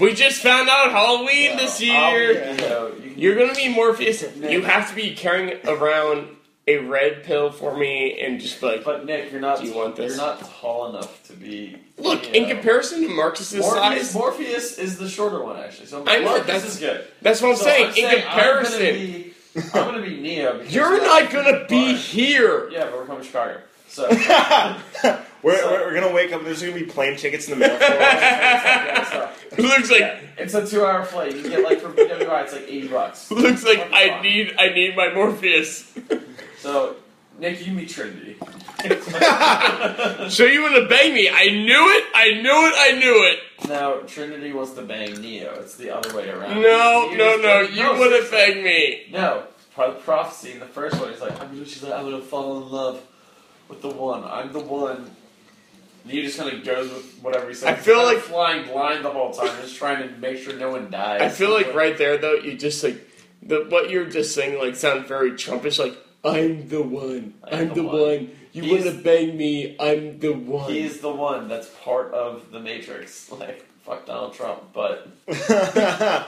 S2: We just found out Halloween
S3: Wow.
S2: this
S3: I'll
S2: year.
S3: be Neo. You can-
S2: You're gonna be Morpheus.
S3: Nick.
S2: You have to be carrying around a red pill for me and just be like,
S3: But Nick, you're not.
S2: Do you want this?
S3: You're not tall enough to be.
S2: look.
S3: Neo.
S2: In comparison to Marcus's
S3: Morpheus,
S2: size,
S3: Morpheus is the shorter one actually. So
S2: I know,
S3: Morpheus
S2: that's-
S3: is good.
S2: that's what I'm
S3: So
S2: saying. in
S3: saying
S2: comparison,
S3: I'm gonna be, I'm gonna be Neo. because
S2: you're
S3: that's
S2: not gonna be
S3: fine.
S2: here.
S3: Yeah, but we're from Chicago. So <laughs>
S1: we're,
S3: So-
S1: we're we're gonna wake up. There's gonna be plane tickets in the mail. for us.
S3: Yeah, so-
S2: Looks like
S3: it's a two-hour flight. You get like from BWI, it's like
S2: <laughs>
S3: eighty bucks.
S2: looks like
S3: Fucking
S2: I
S3: fine.
S2: need I need my Morpheus.
S3: So Nick, you can meet Trinity.
S2: So you want to bang me? I knew it. I knew it. I knew it.
S3: now Trinity wants to bang Neo. It's the other way around.
S2: No,
S3: You
S2: no,
S3: just
S2: no.
S3: go-
S2: You would have banged me.
S3: No, part of the prophecy in the first one, he's like, I'm gonna, she's like, I'm gonna fall in love with the one. I'm the one. And he just kind of goes with whatever he says.
S2: I feel
S3: He's kinda
S2: like-
S3: flying blind the whole time, just trying to make sure no one dies.
S2: I feel like right there though, you just like the what you're just saying like sounds very Trumpish. Like I'm the one.
S3: I am
S2: I'm
S3: the
S2: the
S3: one."
S2: one. You
S3: He's-
S2: want to bang me? I'm the one.
S3: He's the one that's part of the Matrix. <laughs> Like, fuck Donald Trump, but
S2: I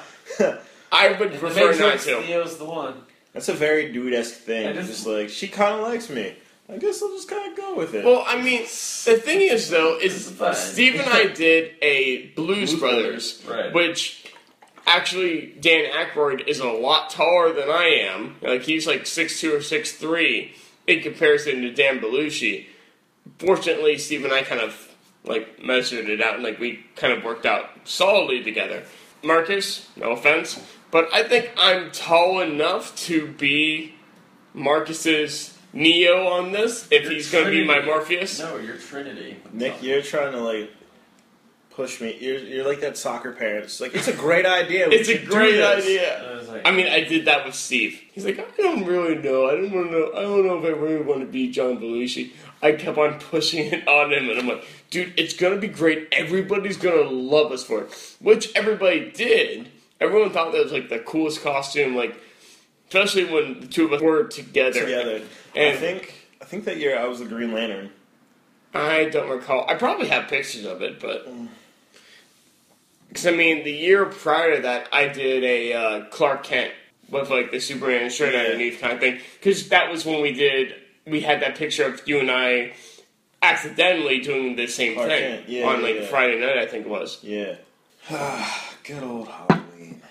S2: would
S3: in the
S2: prefer not
S3: Matrix,
S2: to.
S3: Neo's the one.
S1: <laughs> That's a very dude-esque thing.
S3: I
S1: Just,
S3: just-
S1: like she kind of likes me. I guess I'll just kind of go with it.
S2: Well, I mean, the thing is though,
S3: This
S2: is
S3: is fun.
S2: Steve and I did a Blues,
S1: Blues
S2: Brothers,
S3: Brothers, right.
S2: which actually Dan Aykroyd is a lot taller than I am. Like he's like six two or six three in comparison to Dan Belushi. Fortunately, Steve and I kind of like measured it out and like we kind of worked out solidly together. Marcus, no offense, but I think I'm tall enough to be Marcus's Neo on this if
S3: You're
S2: he's going to be my
S3: Trinity.
S2: Morpheus.
S3: No, you're Trinity.
S1: Nick, you're trying to like push me. You're you're like that soccer parent. It's like it's a great idea. We
S2: It's a
S1: should do
S2: great
S1: this."
S2: idea.
S3: I was like,
S2: I mean, I did that with Steve. He's like, I don't really know. I don't want to know. I don't know if I really want to be John Belushi. I kept on pushing it on him, and I'm like, dude, it's gonna be great. Everybody's gonna love us for it, which everybody did. Everyone thought that was like the coolest costume, like especially when the two of us were together.
S1: together. I
S2: And-
S1: think I think that year I was the Green Lantern.
S2: I don't recall. I probably have pictures of it, but because I mean, the year prior to that, I did a uh, Clark Kent with like the Superman shirt
S1: Yeah.
S2: underneath kind of thing. Because that was when we did. We had that picture of you and I accidentally doing the same
S1: Clark
S2: thing
S1: Kent, yeah,
S2: on
S1: yeah,
S2: like
S1: yeah.
S2: Friday night, I think it was.
S1: Yeah. <sighs> Good old Halloween.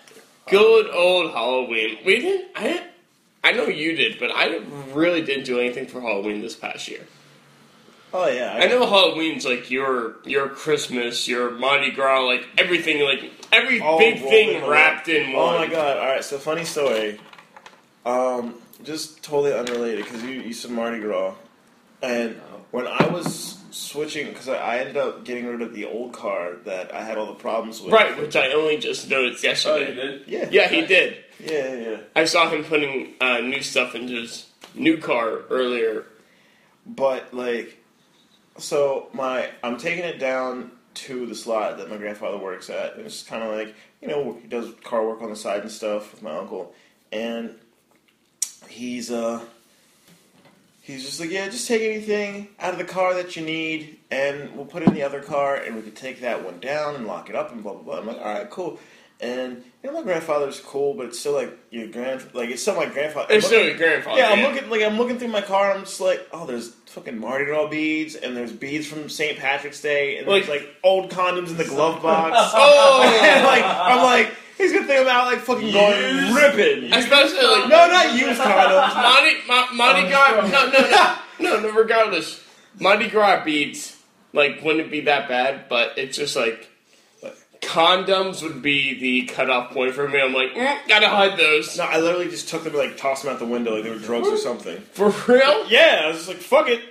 S2: Good old Halloween. We didn't. I didn't. I know you did, but I really didn't do anything for Halloween this past year.
S1: Oh yeah.
S2: I know Halloween's like your your Christmas, your Mardi Gras, like everything, like every
S1: all
S2: big
S1: rolled
S2: thing
S1: into
S2: wrapped
S1: one.
S2: in one.
S1: Oh my god! All right, so funny story. Um, just totally unrelated because you, you said Mardi Gras, and when I was switching, because I, I ended up getting rid of the old car that I had all the problems with.
S2: Right, which I only just noticed
S3: oh, you
S2: yesterday.
S3: did?
S1: Yeah.
S2: yeah, he did.
S1: Yeah. Yeah. yeah.
S2: I saw him putting uh, new stuff into his new car earlier.
S1: But like, so my I'm taking it down to the slot that my grandfather works at. It's kind of like you know he does car work on the side and stuff with my uncle, and he's uh he's just like yeah just take anything out of the car that you need and we'll put it in the other car and we can take that one down and lock it up and blah blah blah. I'm like all right cool. And you know my grandfather's cool, but it's still like your grand like it's still my grandfather.
S2: It's still your grandfather.
S1: Yeah, I'm looking like I'm looking through my car. and I'm just like, oh, there's fucking Mardi Gras beads, and there's beads from St. Patrick's Day, and there's
S2: Like-
S1: like old condoms in the glove <laughs> box. <laughs> and
S2: Oh, <laughs>
S1: like I'm like, he's gonna think about like fucking going
S3: Used?
S1: ripping. No,
S2: especially like
S1: not used condoms.
S2: Monty, Ma- Mardi
S3: Oh,
S2: Gras.
S3: sure.
S2: No, no, no, no, no. Regardless, Mardi Gras beads like wouldn't be that bad, but it's just like condoms would be the cutoff point for me. I'm like, mm, gotta hide those
S1: No, I literally just took them and like tossed them out the window like they were drugs or something.
S2: for real.
S1: Yeah, I was just like, fuck it.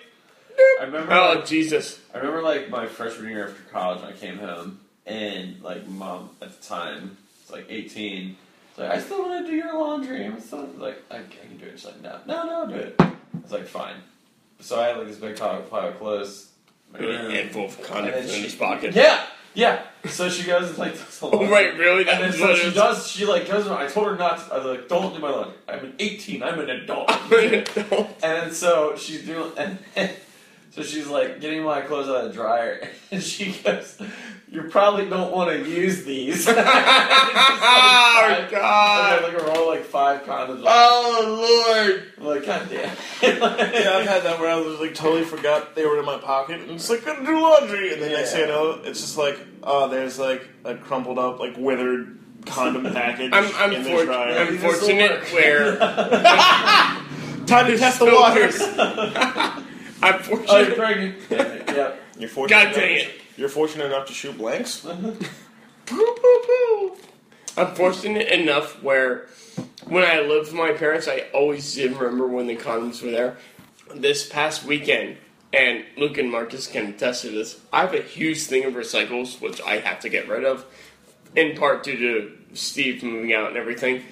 S3: I remember.
S2: Oh
S3: like,
S2: Jesus!
S3: I remember like my freshman year after college, I came home and like mom at the time, it's like 18. It's like I still want to do your laundry. I'm still like I, I can do it. She's like no, no, no, I'll do it. It's like fine. So I had like this big pile of, pile of clothes. My
S2: A
S3: room.
S2: handful of condoms
S3: And
S2: in
S3: she-
S2: his pocket.
S3: Yeah, yeah. So she goes and like does
S2: <laughs>
S3: the
S2: Oh,
S3: laundry.
S2: right, really? That
S3: And then
S2: was
S3: so
S2: what
S3: she
S2: it was.
S3: does. She like goes. I told her not. To, I was like, don't do my laundry. I'm an 18. I'm an adult. And then so she's doing, and <laughs> then- so she's like getting my clothes out of the dryer, <laughs> and she goes, "You probably don't want to use these." <laughs> And it's
S2: <laughs> oh
S3: just like, five- I
S2: God!
S3: had, like a roll of, like five condoms.
S2: Oh Lord!
S3: I'm like god damn. <laughs>
S1: Yeah, I've had that where I was like totally forgot they were in my pocket and it's like gonna do laundry and then next thing I
S3: Yeah.
S1: know it's just like oh there's like a crumpled up like withered condom
S2: <laughs>
S1: package
S2: I'm I'm,
S1: in the
S2: fortu-
S1: dryer.
S2: I'm fortunate where
S3: <laughs>
S1: Time to test the
S2: Spill
S1: waters.
S2: I'm
S3: Oh, you're
S2: fortunate.
S3: pregnant. Damn it. Yep.
S1: <laughs> You're fortunate.
S2: God dang
S1: enough-
S2: it.
S1: You're fortunate enough to shoot blanks.
S2: I'm fortunate enough where when I lived with my parents, I always did remember when the condoms were there. This past weekend, and Luke and Marcus can attest to this, I have a huge thing of recycles, which I have to get rid of, in part due to Steve moving out and everything.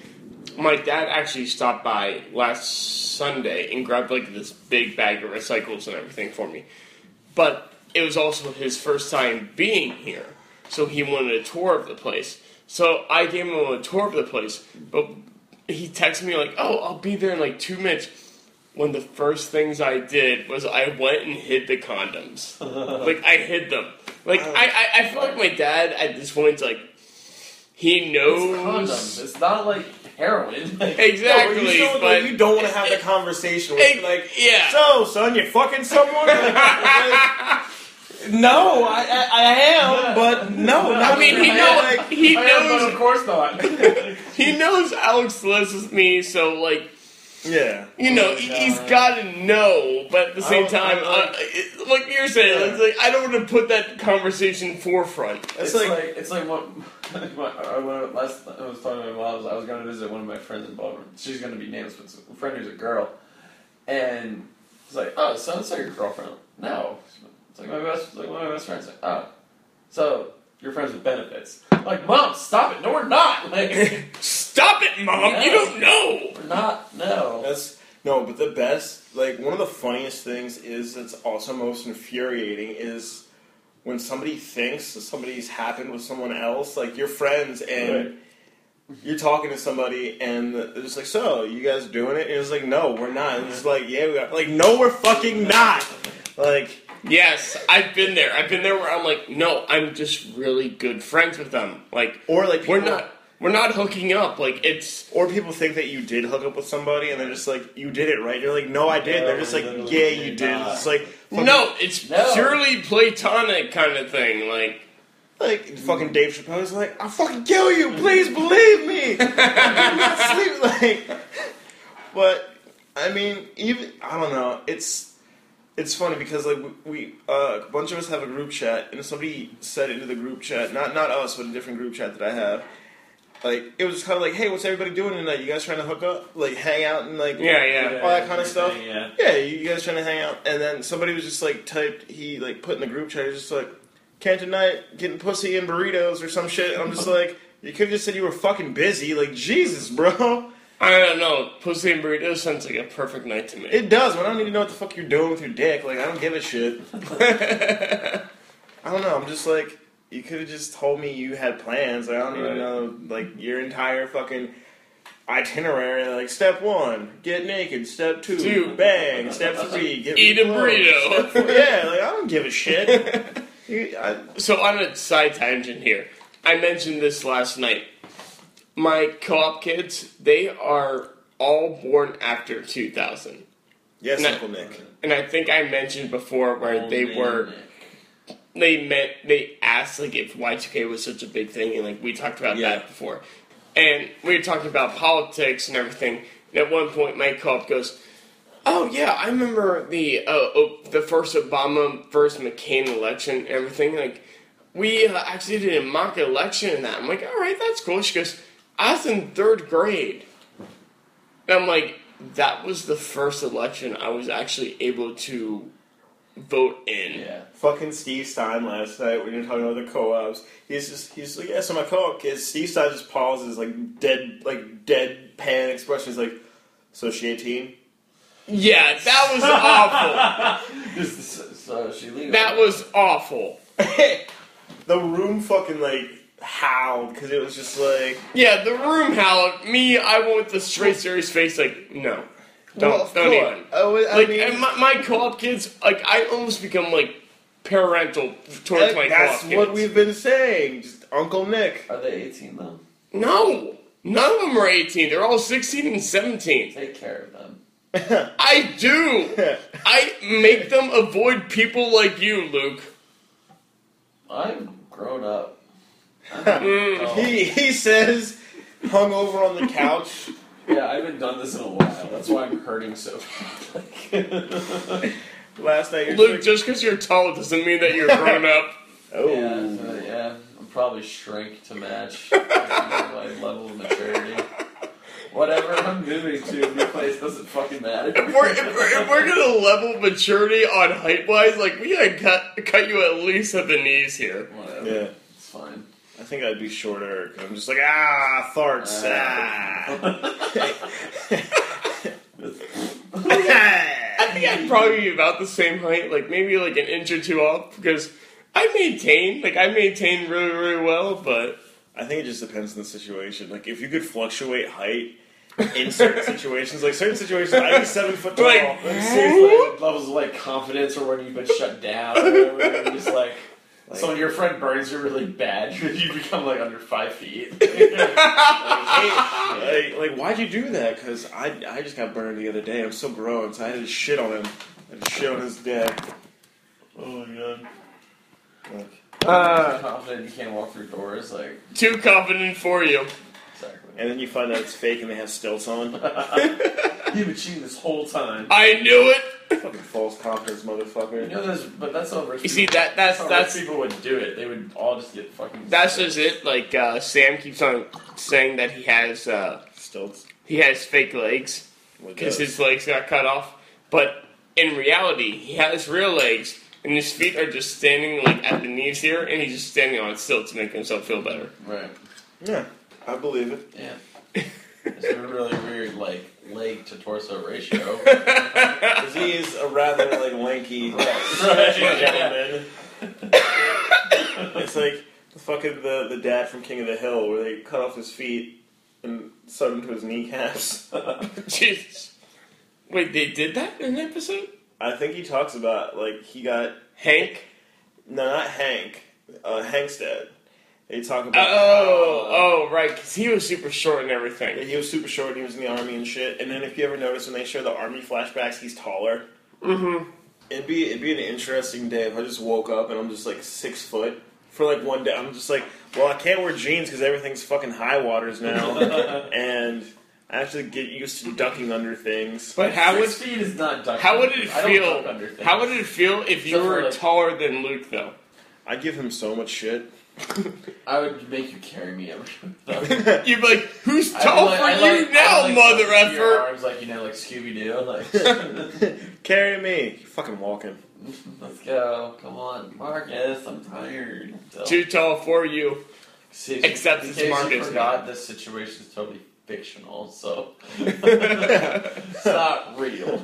S2: My dad actually stopped by last Sunday and grabbed like this big bag of recycles and everything for me but it was also his first time being here, so he wanted a tour of the place. So I gave him a tour of the place, but he texted me like, "Oh, I'll be there in like two minutes." One of the first things I did was I went and hid the condoms. like I hid them. Like I, I, I feel like my dad at this point's like he
S3: It's
S2: knows
S3: condoms. It's not like heroin. <laughs>
S2: exactly,
S1: you, don't,
S2: but
S1: you don't want to have the conversation with
S2: Hey,
S1: like,
S2: yeah.
S1: So, son, you fucking someone? Like,
S2: <laughs>
S1: no, I, I, I am, but no. not
S2: I mean, he
S1: really.
S2: knows.
S1: Like,
S2: He
S3: I am, but
S2: knows.
S3: of course not.
S2: He knows Alex lives with me, so like
S1: yeah.
S2: you know,
S3: Oh,
S2: he-
S3: God.
S2: he's got to know, but at the same
S1: don't-
S2: time,
S1: I don't-
S2: uh, it, like you're saying,
S1: Yeah.
S2: it's like I don't want to put that conversation forefront.
S1: It's,
S3: It's,
S1: like,
S3: like, it's like what <laughs> what- uh, I went last. I was talking to my mom. I was going to visit one of my friends in Baltimore. She's going to be nameless, but it's a friend who's a girl, and it's like, oh, so and so your girlfriend? No, it's like my best, it's like one of my best friends. Like, oh, so your friends with benefits? Like, mom, stop it! No, we're not. <laughs> Like,
S2: Stop it, mom! You
S3: Yeah.
S2: don't know.
S3: we're not. No.
S1: That's no, but the best, like one of the funniest things is that's also most infuriating is when somebody thinks that somebody's happened with someone else, like your friends, and you're talking to somebody, and they're just like, "So you guys doing it?" And it's like, "No, we're not." And it's like, "Yeah, we are." Like, "No, we're fucking not." Like,
S2: Yes, I've been there. I've been there where I'm like, no, I'm just really good friends with them. Like
S1: or like
S2: we're
S1: people-
S2: not, we're not hooking up. Like it's
S1: Or people think that you did hook up with somebody, and they're just like, "You did it, right?" You're like, "No, I did."
S3: No,
S1: They're just like,
S3: literally
S1: "Yeah, you
S3: not.
S1: did." It's like fucking-
S2: no, it's
S3: No.
S2: purely platonic kind of thing. Like
S1: Like fucking Dave Chappelle's like, I'll fucking kill you, please believe me. I'm not sleeping like But I mean, even I don't know, it's it's funny because like we, we uh, a bunch of us have a group chat and somebody said into the group chat, not not us, but a different group chat that I have. Like it was kinda like, Hey, what's everybody doing tonight? You guys trying to hook up? Like hang out and like
S2: yeah, yeah.
S1: all that kind of stuff.
S3: Yeah.
S1: Yeah, you guys trying to hang out, and then somebody was just like typed. He like put in the group chat. He's just like, "Can't tonight, getting pussy and burritos or some shit." And I'm just like, "You could have just said you were fucking busy." Like Jesus, bro.
S2: I don't know. Pussy and burritos sounds like a perfect night to me.
S1: It does, but I don't need to know what the fuck you're doing with your dick. Like, I don't give a shit. <laughs> I don't know. I'm just like, you could have just told me you had plans. Like, I don't
S3: Right.
S1: even know, like, your entire fucking itinerary. Like, step one, get naked. Step two,
S2: Two.
S1: bang. Step three, get
S2: Eat a
S1: clothes.
S2: burrito.
S1: Step four- yeah, like, I don't give a
S2: <laughs>
S1: shit. You- I,
S2: so on a side tangent here, I mentioned this last night. My co-op kids, they are all born after 2000,
S1: yes,
S2: No.
S1: Uncle Nick.
S2: and I think I mentioned before where
S3: Oh,
S2: they were they meant they asked like if Y2K was such a big thing, and like we talked about
S1: Yeah.
S2: that before, and we were talking about politics and everything. And at one point, my co-op goes, "Oh yeah, I remember the uh, oh, the first Obama first McCain election and everything. Like we uh, actually did a mock election in that." I'm like, "All right, that's cool." She goes, "I was in third grade," and I'm like, "That was the first election I was actually able to vote in."
S3: Yeah.
S1: Fucking Steve Stein last night when you're talking about the co-ops. He's just he's like, yeah. So my co-op kids. Steve Stein just pauses, like dead, like deadpan expression. He's like, so she 18.
S2: Yeah, that was awful.
S3: Just so, so she legal.
S2: That was awful.
S1: <laughs> the room fucking like howled because it was just like,
S2: Yeah, the room howled. Me, I went with the straight serious face, like, no. Don't,
S1: Well, of
S2: don't
S1: course.
S2: even.
S1: I was- I
S2: like,
S1: mean-
S2: and my, my co op kids, like, I almost become, like, parental towards my co op
S1: that's
S2: kids.
S1: what we've been saying. Just Uncle Nick.
S3: Are they 18 though?
S2: No! None of them are 18. They're all 16 and 17.
S3: Take care of them.
S2: I do!
S1: <laughs>
S2: I make them avoid people like you, Luke.
S3: I'm grown up. I'm
S2: Mm.
S1: he he says, hung over on the couch.
S3: Yeah, I haven't done this in a while. That's why I'm hurting so <laughs> bad. Like-
S1: last night. You're
S2: Luke,
S1: just
S2: just because you're tall doesn't mean that you're grown up.
S1: like, oh.
S3: yeah, so, yeah, I'll probably shrink to <laughs> match my level of maturity. Whatever I'm moving to, a new place doesn't fucking <laughs> matter.
S2: If we're, if we're, if we're gonna level maturity on height wise, like we gotta cut, cut you at least at the knees here.
S3: Whatever.
S1: Yeah.
S3: It's fine.
S1: I think I'd be shorter. 'cause I'm just like ah farts.
S2: <laughs>
S1: ah.
S3: <laughs>
S2: I think I'd probably be about the same height, like maybe like an inch or two off, because I maintain, like I maintain really, really well, but
S1: <laughs> I think it just depends on the situation. Like if you could fluctuate height in
S2: <laughs>
S1: certain situations, like certain situations, I'd be seven foot tall.
S2: Like-
S3: Seriously, levels of like confidence or when you've been shut down or whatever. and you're just <laughs> like, so when your friend burns you really bad, <laughs> you become like under five feet.
S1: Hey, like, like, why'd you do that? Because I, I just got burned the other day. I'm so grown, so I had to shit on him. I had to shit on his dick.
S3: oh my god.
S1: Like,
S2: Uh.
S3: <laughs> confident you can't walk through doors, like
S2: too confident for you.
S3: exactly.
S1: and then you find out it's fake and they have stilts on. <laughs>
S3: You've been cheating this whole time.
S2: I knew it.
S1: Fucking false confidence,
S3: You
S1: motherfucker.
S3: know that's but that's how rich
S2: You
S3: people,
S2: see that? That's
S3: how rich
S2: that's
S3: people would do it. They would all just get fucking.
S2: that's just it. Like uh, Sam keeps on saying that he has uh,
S1: Stilts.
S2: he has fake legs.
S1: Like
S2: because
S1: that.
S2: his legs got cut off. But in reality, he has real legs, and his feet are just standing like at the knees here, and he's just standing on it still to make himself feel better.
S3: <laughs> right.
S1: Yeah, I believe it.
S3: Yeah. It's a really weird like leg to torso ratio.
S1: Because he is a rather like lanky
S2: <laughs>
S1: gentleman. it's like the fucking the, the dad from King of the Hill where they cut off his feet and sewed him to his kneecaps.
S2: <laughs> Jesus. Wait, they did that in an episode?
S1: I think he talks about like he got
S2: Hank?
S1: no not Hank, uh, Hank's dad. They talk
S3: Uh,
S1: about
S2: Oh, oh, right, because he was super short and everything.
S1: he was super short. He was in the army and shit. And then if you ever notice when they show the army flashbacks, he's taller.
S2: Mm-hmm.
S1: It'd be it'd be an interesting day if I just woke up and I'm just like six foot for like one day. I'm just like, well, I can't wear jeans because everything's fucking high waters now, and I have to get used to ducking under things.
S2: But <laughs> how would
S3: Six feet is not duck
S2: how would
S3: under.
S2: it
S3: I don't duck
S2: feel?
S3: under things.
S2: How would it feel if you
S3: Except for,
S2: were
S3: like-
S2: taller than Luke, though?
S1: I give him so much
S3: <laughs>
S1: shit.
S3: I would make you carry me <laughs> everywhere.
S2: <laughs> You'd be like, "Who's
S3: I'd
S2: tall
S3: like-
S2: for
S3: I'd
S2: you
S3: like-
S2: now,
S3: I'd like
S2: mother
S3: to see your
S2: effer?"
S3: Arms like you know, like Scooby
S2: <laughs>
S3: Doo. Like, <laughs>
S1: Carry me, You're fucking walking.
S3: let's go. Come on, Marcus. I'm tired. So-
S2: Too tall for you.
S3: See,
S2: Except
S3: in
S2: it's
S3: case you
S2: Marcus
S3: forgot, this situation is totally fictional, <laughs> so it's not real.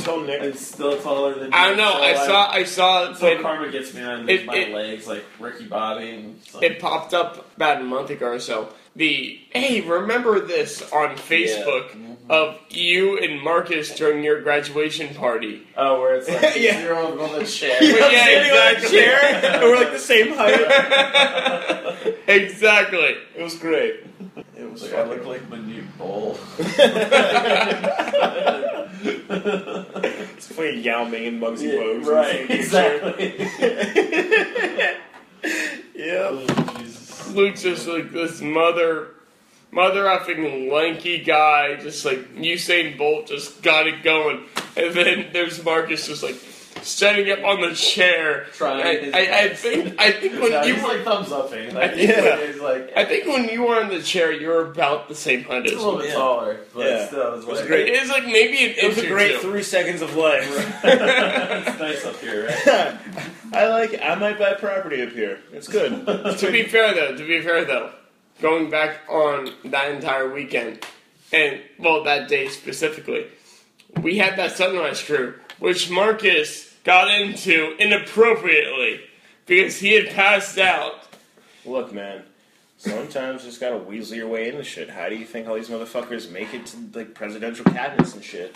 S1: Tell Nick.
S3: It's still taller than.
S2: I don't know.
S3: so
S2: I saw. I saw.
S3: So
S2: It,
S3: karma gets me on
S2: It-
S3: my
S2: it-
S3: legs like Ricky Bobby. And it's like,
S2: it popped up about a month ago or so. The hey, remember this on Facebook
S3: Yeah. Mm-hmm.
S2: of you and Marcus during your graduation party. <laughs>
S3: oh, where it's like
S1: Yeah.
S3: zero of them on the chair.
S1: <laughs>
S2: Yeah,
S1: I'm sitting on a
S2: exactly.
S1: chair, and we're like the same height.
S3: <laughs>
S2: exactly.
S1: It was great. It was
S3: It's like I
S1: fucking-
S3: look like Manute
S2: <laughs>
S3: Bowl. <laughs>
S1: It's funny Yao Ming and Muggsy
S3: Yeah,
S1: Bogues. in the same
S3: right,
S1: picture. <laughs>
S3: exactly.
S2: <laughs>
S1: yeah.
S3: oh, Jesus.
S2: Luke's just like this mother, mother effing lanky guy, just like Usain Bolt just got it going. And then there's Marcus just like standing up on the chair.
S3: Trying
S2: I,
S3: his
S2: I, I
S3: best.
S2: think I
S3: <laughs>
S2: think
S3: Uh, No,
S2: when you
S3: he's
S2: were
S3: like thumbs up thing. Like,
S1: Yeah.
S3: he's like
S2: I think when you were on the chair, you were about the same height
S3: he's
S2: as
S3: a little bit
S1: Yeah.
S3: taller, but
S1: Yeah.
S3: still, it's
S1: was
S3: like, <laughs>
S1: great.
S2: It is like maybe an
S1: It was
S2: inch
S1: a
S2: or
S1: great
S2: two.
S1: three seconds of life.
S3: it's nice up here, right?
S1: <laughs> I like. I might buy property up here. It's good. <laughs>
S2: to be fair though, to be fair though, going back on that entire weekend, and well, that day specifically, we had that sunrise crew, which Marcus got into inappropriately because he had passed out.
S1: Look, man. Sometimes you just gotta weasel your way into shit. How do you think all these motherfuckers make it to like presidential cabinets and shit?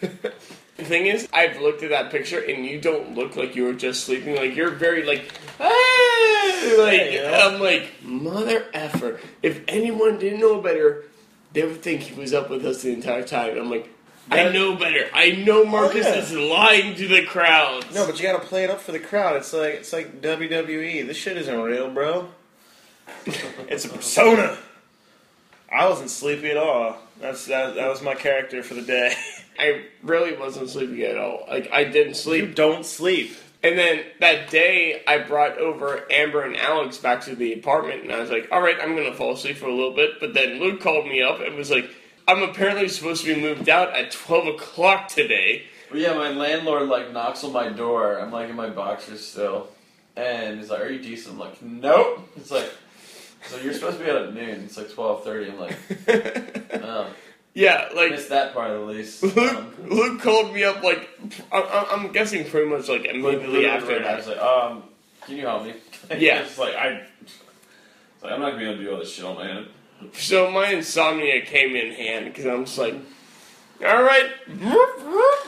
S2: The thing is, I've looked at that picture, and you don't look like you were just sleeping. Like you're very like, "Ah," like
S1: Yeah.
S2: I'm like mother effer. If anyone didn't know better, they would think he was up with us the entire time. I'm like, I
S1: That- Oh,
S2: know better. I know Marcus
S1: yeah.
S2: is lying to the crowd.
S1: No, but you gotta play it up for the crowd. It's like it's like WWE. This shit isn't real, bro. it's a persona. I wasn't sleepy at all. That's that, that was my character for the day.
S2: I really wasn't sleeping at all. Like I didn't
S1: you
S2: sleep.
S1: don't sleep.
S2: And then that day, I brought over Amber and Alex back to the apartment, and I was like, all right, I'm going to fall asleep for a little bit. But then Luke called me up and was like, I'm apparently supposed to be moved out at 12 o'clock today. <laughs>
S3: But yeah, my landlord like knocks on my door. I'm like in my boxers still, and he's like, "Are you decent?" I'm like, "Nope." It's like, "So you're supposed to be out at noon?" It's like twelve thirty. I'm like, "Oh,
S2: yeah,
S3: I
S2: like,
S3: missed that part of the
S1: <laughs>
S3: lease."
S2: Luke,
S3: Um,
S2: Luke called me up, like, I, I, I'm guessing pretty much, like, immediately after
S3: I
S2: that.
S3: was like, "Um, can you help me?" <laughs>
S2: Yeah.
S3: It's like I, it's like, I'm not gonna be able to do all this shit oh, on my own.
S2: So my insomnia came in hand, because I'm just like, all right. <laughs>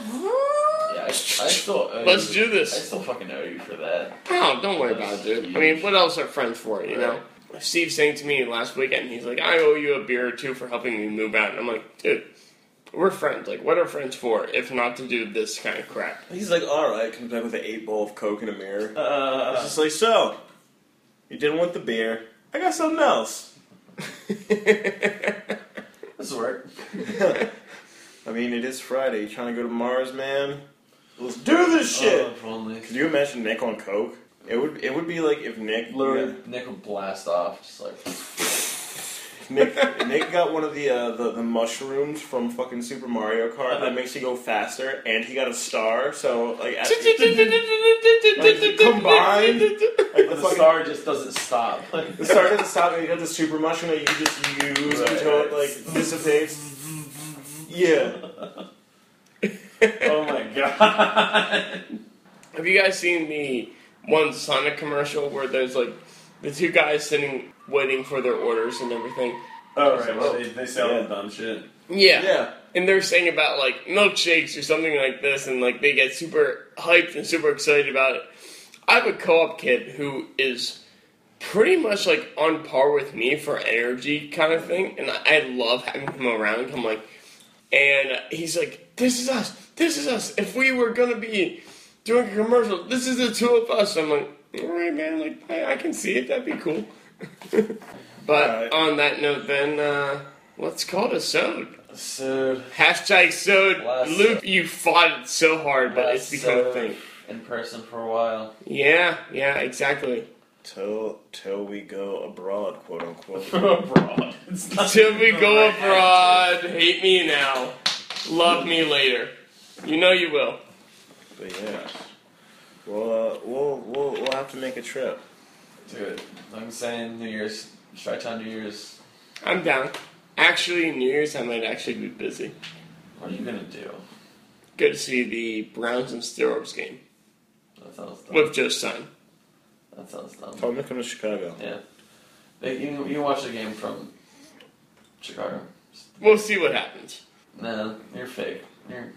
S3: Yeah, I, I still. Owe
S2: Let's
S3: you,
S2: do this.
S3: I still fucking owe you for that.
S2: No, don't worry about it, dude. I mean, what else are friends for, you know? Steve saying to me last weekend, he's like, I owe you a beer or two for helping me move out. And I'm like, dude, we're friends. Like, what are friends for if not to do this kind
S1: <laughs>
S2: of crap?
S1: He's like, all right, comes back with an eight bowl of coke and a mirror.
S3: Uh,
S1: It's just like, so you didn't want the beer. I got something else.
S3: this will work.
S1: I mean, it is Friday. You trying to go to Mars, man? Let's do this shit.
S3: Oh, if only.
S1: Could you imagine Nick on coke? It would it would be like if Nick
S3: <laughs> Literally, Nick would blast off, just like.
S1: Nick, Nick got one of the, uh, the the mushrooms from fucking Super Mario Kart that makes you go faster, and he got a star. So like, at, the Like, combined? like the,
S3: the
S1: fucking, Oh
S3: star just doesn't stop.
S1: the star doesn't stop, and you got the super mushroom that you can just use
S3: Right,
S1: until it
S3: right.
S1: like dissipates. Yeah,
S3: oh my god.
S2: Have you guys seen the one Sonic commercial where there's like the two guys sitting waiting for their orders and everything?
S3: Oh, right, well, they, they sell
S1: Yeah.
S3: dumb shit.
S1: yeah.
S2: and they're saying about like milkshakes or something like this, and like they get super hyped and super excited about it. I have a co-op kid who is pretty much like on par with me for energy kind of thing, and I, I love having him around. I'm like, and he's like, "This is us. This is us. If we were gonna be doing a commercial, this is the two of us." I'm like, "All right, man. Like, I, I can see it. That'd be cool." <laughs> but
S1: All right.
S2: on that note, then uh, let's call it a sode.
S3: So,
S2: Hashtag sewed.
S3: Last
S2: Luke, you fought it so hard, but it's
S3: last
S2: become a
S3: so
S2: thing.
S3: in person for a while.
S2: Yeah, yeah, <laughs> exactly.
S1: Till till we go abroad, quote <laughs> unquote.
S3: abroad. It's not
S2: Till we
S3: the
S2: go
S3: right
S2: abroad, hate me now, love me later. You know you will.
S1: But yeah, we'll uh, we'll we'll we'll have to make a trip.
S3: attitude. Dude, I'm saying New Year's. Try time New Year's.
S2: I'm down. Actually, New Year's I might actually be busy.
S3: What are you gonna do?
S2: Go to see the Browns and Steelers game
S3: That sounds dumb.
S2: with Joe Stein.
S3: That sounds
S1: Tell
S3: dumb.
S1: him to come to Chicago.
S3: Yeah. They, you you watch the game from Chicago.
S2: We'll see what happens.
S3: No, you're fake. You're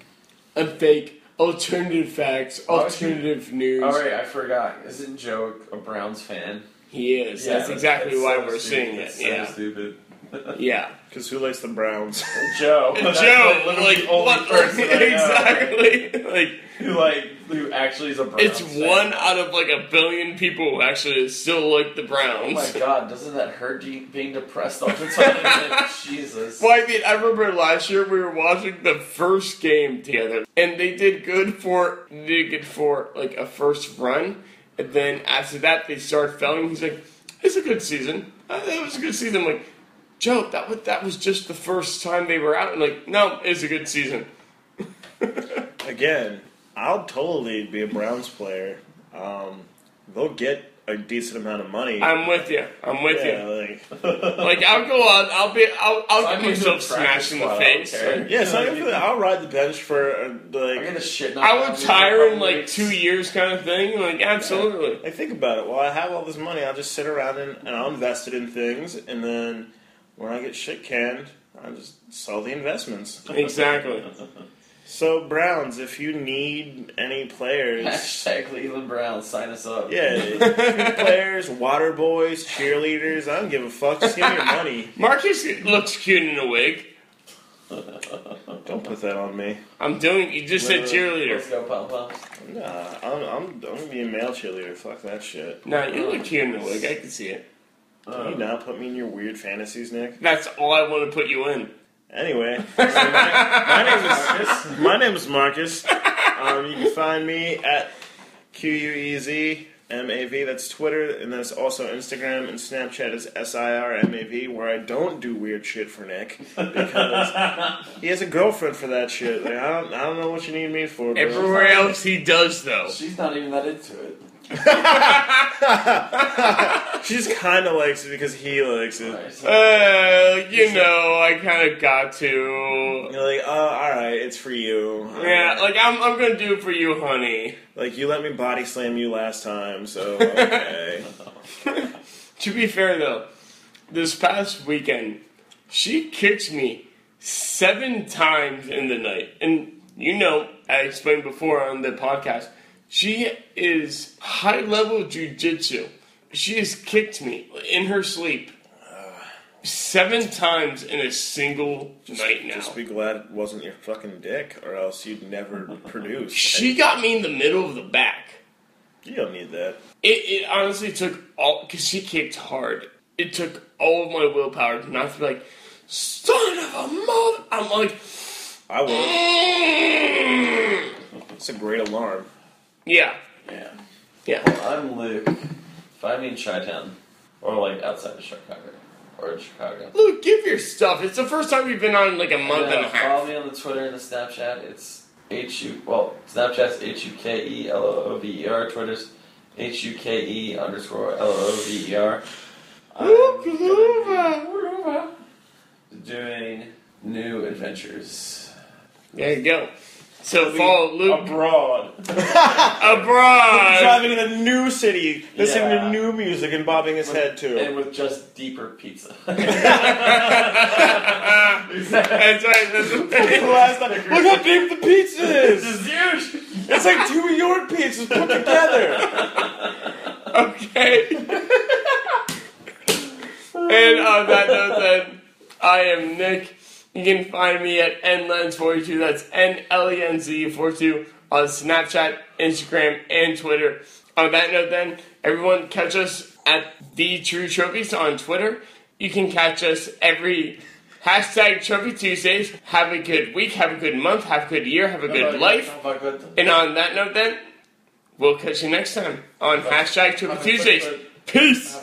S2: I'm fake. Alternative facts.
S3: Oh,
S2: Alternative news.
S3: all right. I forgot. Isn't Joe a Browns fan?
S2: He is. that's exactly why
S3: so
S2: we're
S3: stupid.
S2: seeing it.
S3: It's
S2: yeah.
S3: So stupid.
S2: yeah.
S1: Because who likes the Browns? <laughs>
S3: Joe. That's
S2: Joe,
S3: the literally
S2: like,
S3: only
S2: what?
S3: person
S2: <laughs>
S3: I know
S2: exactly. Like,
S3: Who like who actually is a Browns?
S2: it's
S3: fan.
S2: one out of like a billion people who actually still like the
S3: Oh
S2: Browns.
S3: my god! Doesn't that hurt you being depressed all the time?
S2: <laughs>
S3: Like, Jesus.
S2: Well, I mean, I remember last year we were watching the first game together, and they did good for they did good for like a first run, and then after that they started failing. He's like, "It's a good season. Uh, It was a good season." I'm like, Joe, that was that was just the first time they were out, and like, no, it's a good season.
S1: Again, I'll totally be a Browns player. Um, they'll get a decent amount of money.
S2: I'm with you. I'm with
S1: yeah,
S2: you.
S1: like
S2: Like I'll go out. I'll be. I'll. I'll
S3: I'm
S2: get myself
S3: into a practice
S2: smashed in the
S3: squad, I don't
S2: face.
S3: care.
S2: Like,
S1: yeah, so I'm gonna- I'll ride the bench for uh,
S3: I get
S1: like.
S3: the shit. knocked
S2: I
S3: out
S2: would
S3: of me
S2: retire in
S3: couple
S2: like
S3: weeks.
S2: two years, kind of thing. Like absolutely.
S1: I think about it. Well, I have all this money. I'll just sit around and, and I'll invest it in things, and then when I get shit canned, I will just sell the <laughs> investments.
S2: Exactly.
S1: So Browns, if you need any players,
S3: <laughs> Hashtag Leland Brown. Sign us up.
S1: yeah, players, water boys, cheerleaders, I don't give a fuck. Just give me your money.
S2: Marcus looks cute in a wig.
S1: Don't put that on me.
S2: I'm doing. You just said cheerleader.
S3: Let's go,
S2: <laughs>
S3: Pom Poms.
S1: Nah, I'm, I'm, I'm gonna be a male cheerleader. Fuck that shit.
S2: No, you look cute in a wig. I can see it.
S1: Can you not put me in your weird fantasies, Nick?
S2: That's all I want to put you in.
S1: Anyway, so my, my name is my name is Marcus. Um, you can find me at Q U E Z M A V. That's Twitter, and that's also Instagram and Snapchat is S I R M A V, where I don't do weird shit for Nick because he has a girlfriend for that shit. Like, I don't, I don't know what you need me for. bro.
S2: Everywhere else he does though.
S3: She's not even that into it.
S1: She just kind of likes it because he likes it.
S3: Alright, so-
S2: Uh, you know, I kind of got to.
S1: You're like, oh, all right, it's for you.
S2: Yeah, like I'm. I'm gonna do it for you, honey.
S1: Like you let me body slam you last time, so
S2: <laughs>
S1: okay.
S2: To be fair though, this past weekend she kicked me seven times in the night, and you know I explained before on the podcast. She is high level jujitsu. She has kicked me in her sleep seven times in a single night now.
S1: Just be glad it wasn't your fucking dick, or else you'd never produce.
S2: she got me in the middle of the back.
S1: you don't need that.
S2: It, it honestly took all because she kicked hard. It took all of my willpower to not to be like, son of a mother. I'm like,
S1: I would.
S2: "Mm."
S1: It's a great alarm.
S2: yeah,
S3: yeah.
S2: yeah.
S3: I'm Luke. Find me in Chi-Town. Or like outside of Chicago. Or in Chicago.
S2: Luke, give your stuff. It's the first time we've been on in like a month and
S3: Yeah,
S2: a
S3: follow
S2: half.
S3: me on the Twitter and the Snapchat. It's H U well, Snapchat's H U K E L O O V E R, Twitter's H U K E underscore L O O V E R. I'm
S2: Luke,
S3: gonna be
S2: Luba.
S3: Doing new adventures.
S2: There you go. So follow Luke
S3: Abroad.
S2: abroad.
S1: Driving in a new city, listening
S3: Yeah.
S1: to new music, and bobbing his head
S3: And
S1: too.
S3: with just deeper
S2: <laughs>
S3: pizza. <laughs>
S2: That's right.
S1: <laughs> It's
S2: That's
S1: the
S2: right.
S1: last time. Look how big the pizza
S3: This
S1: is!
S3: is huge!
S1: It's like two of your pizzas put together.
S2: Okay. and on that note, then, I am Nick. You can find me at nlens42. That's N L E N Z 42 on Snapchat, Instagram, and Twitter. On that note, then, everyone catch us at the True Trophies on Twitter. You can catch us every hashtag Trophy Tuesdays. Have a good week. Have a good month. Have a good year. Have a good life.
S3: Oh my God.
S2: And on that note, then, we'll catch you next time on hashtag Triple Tuesdays. Peace.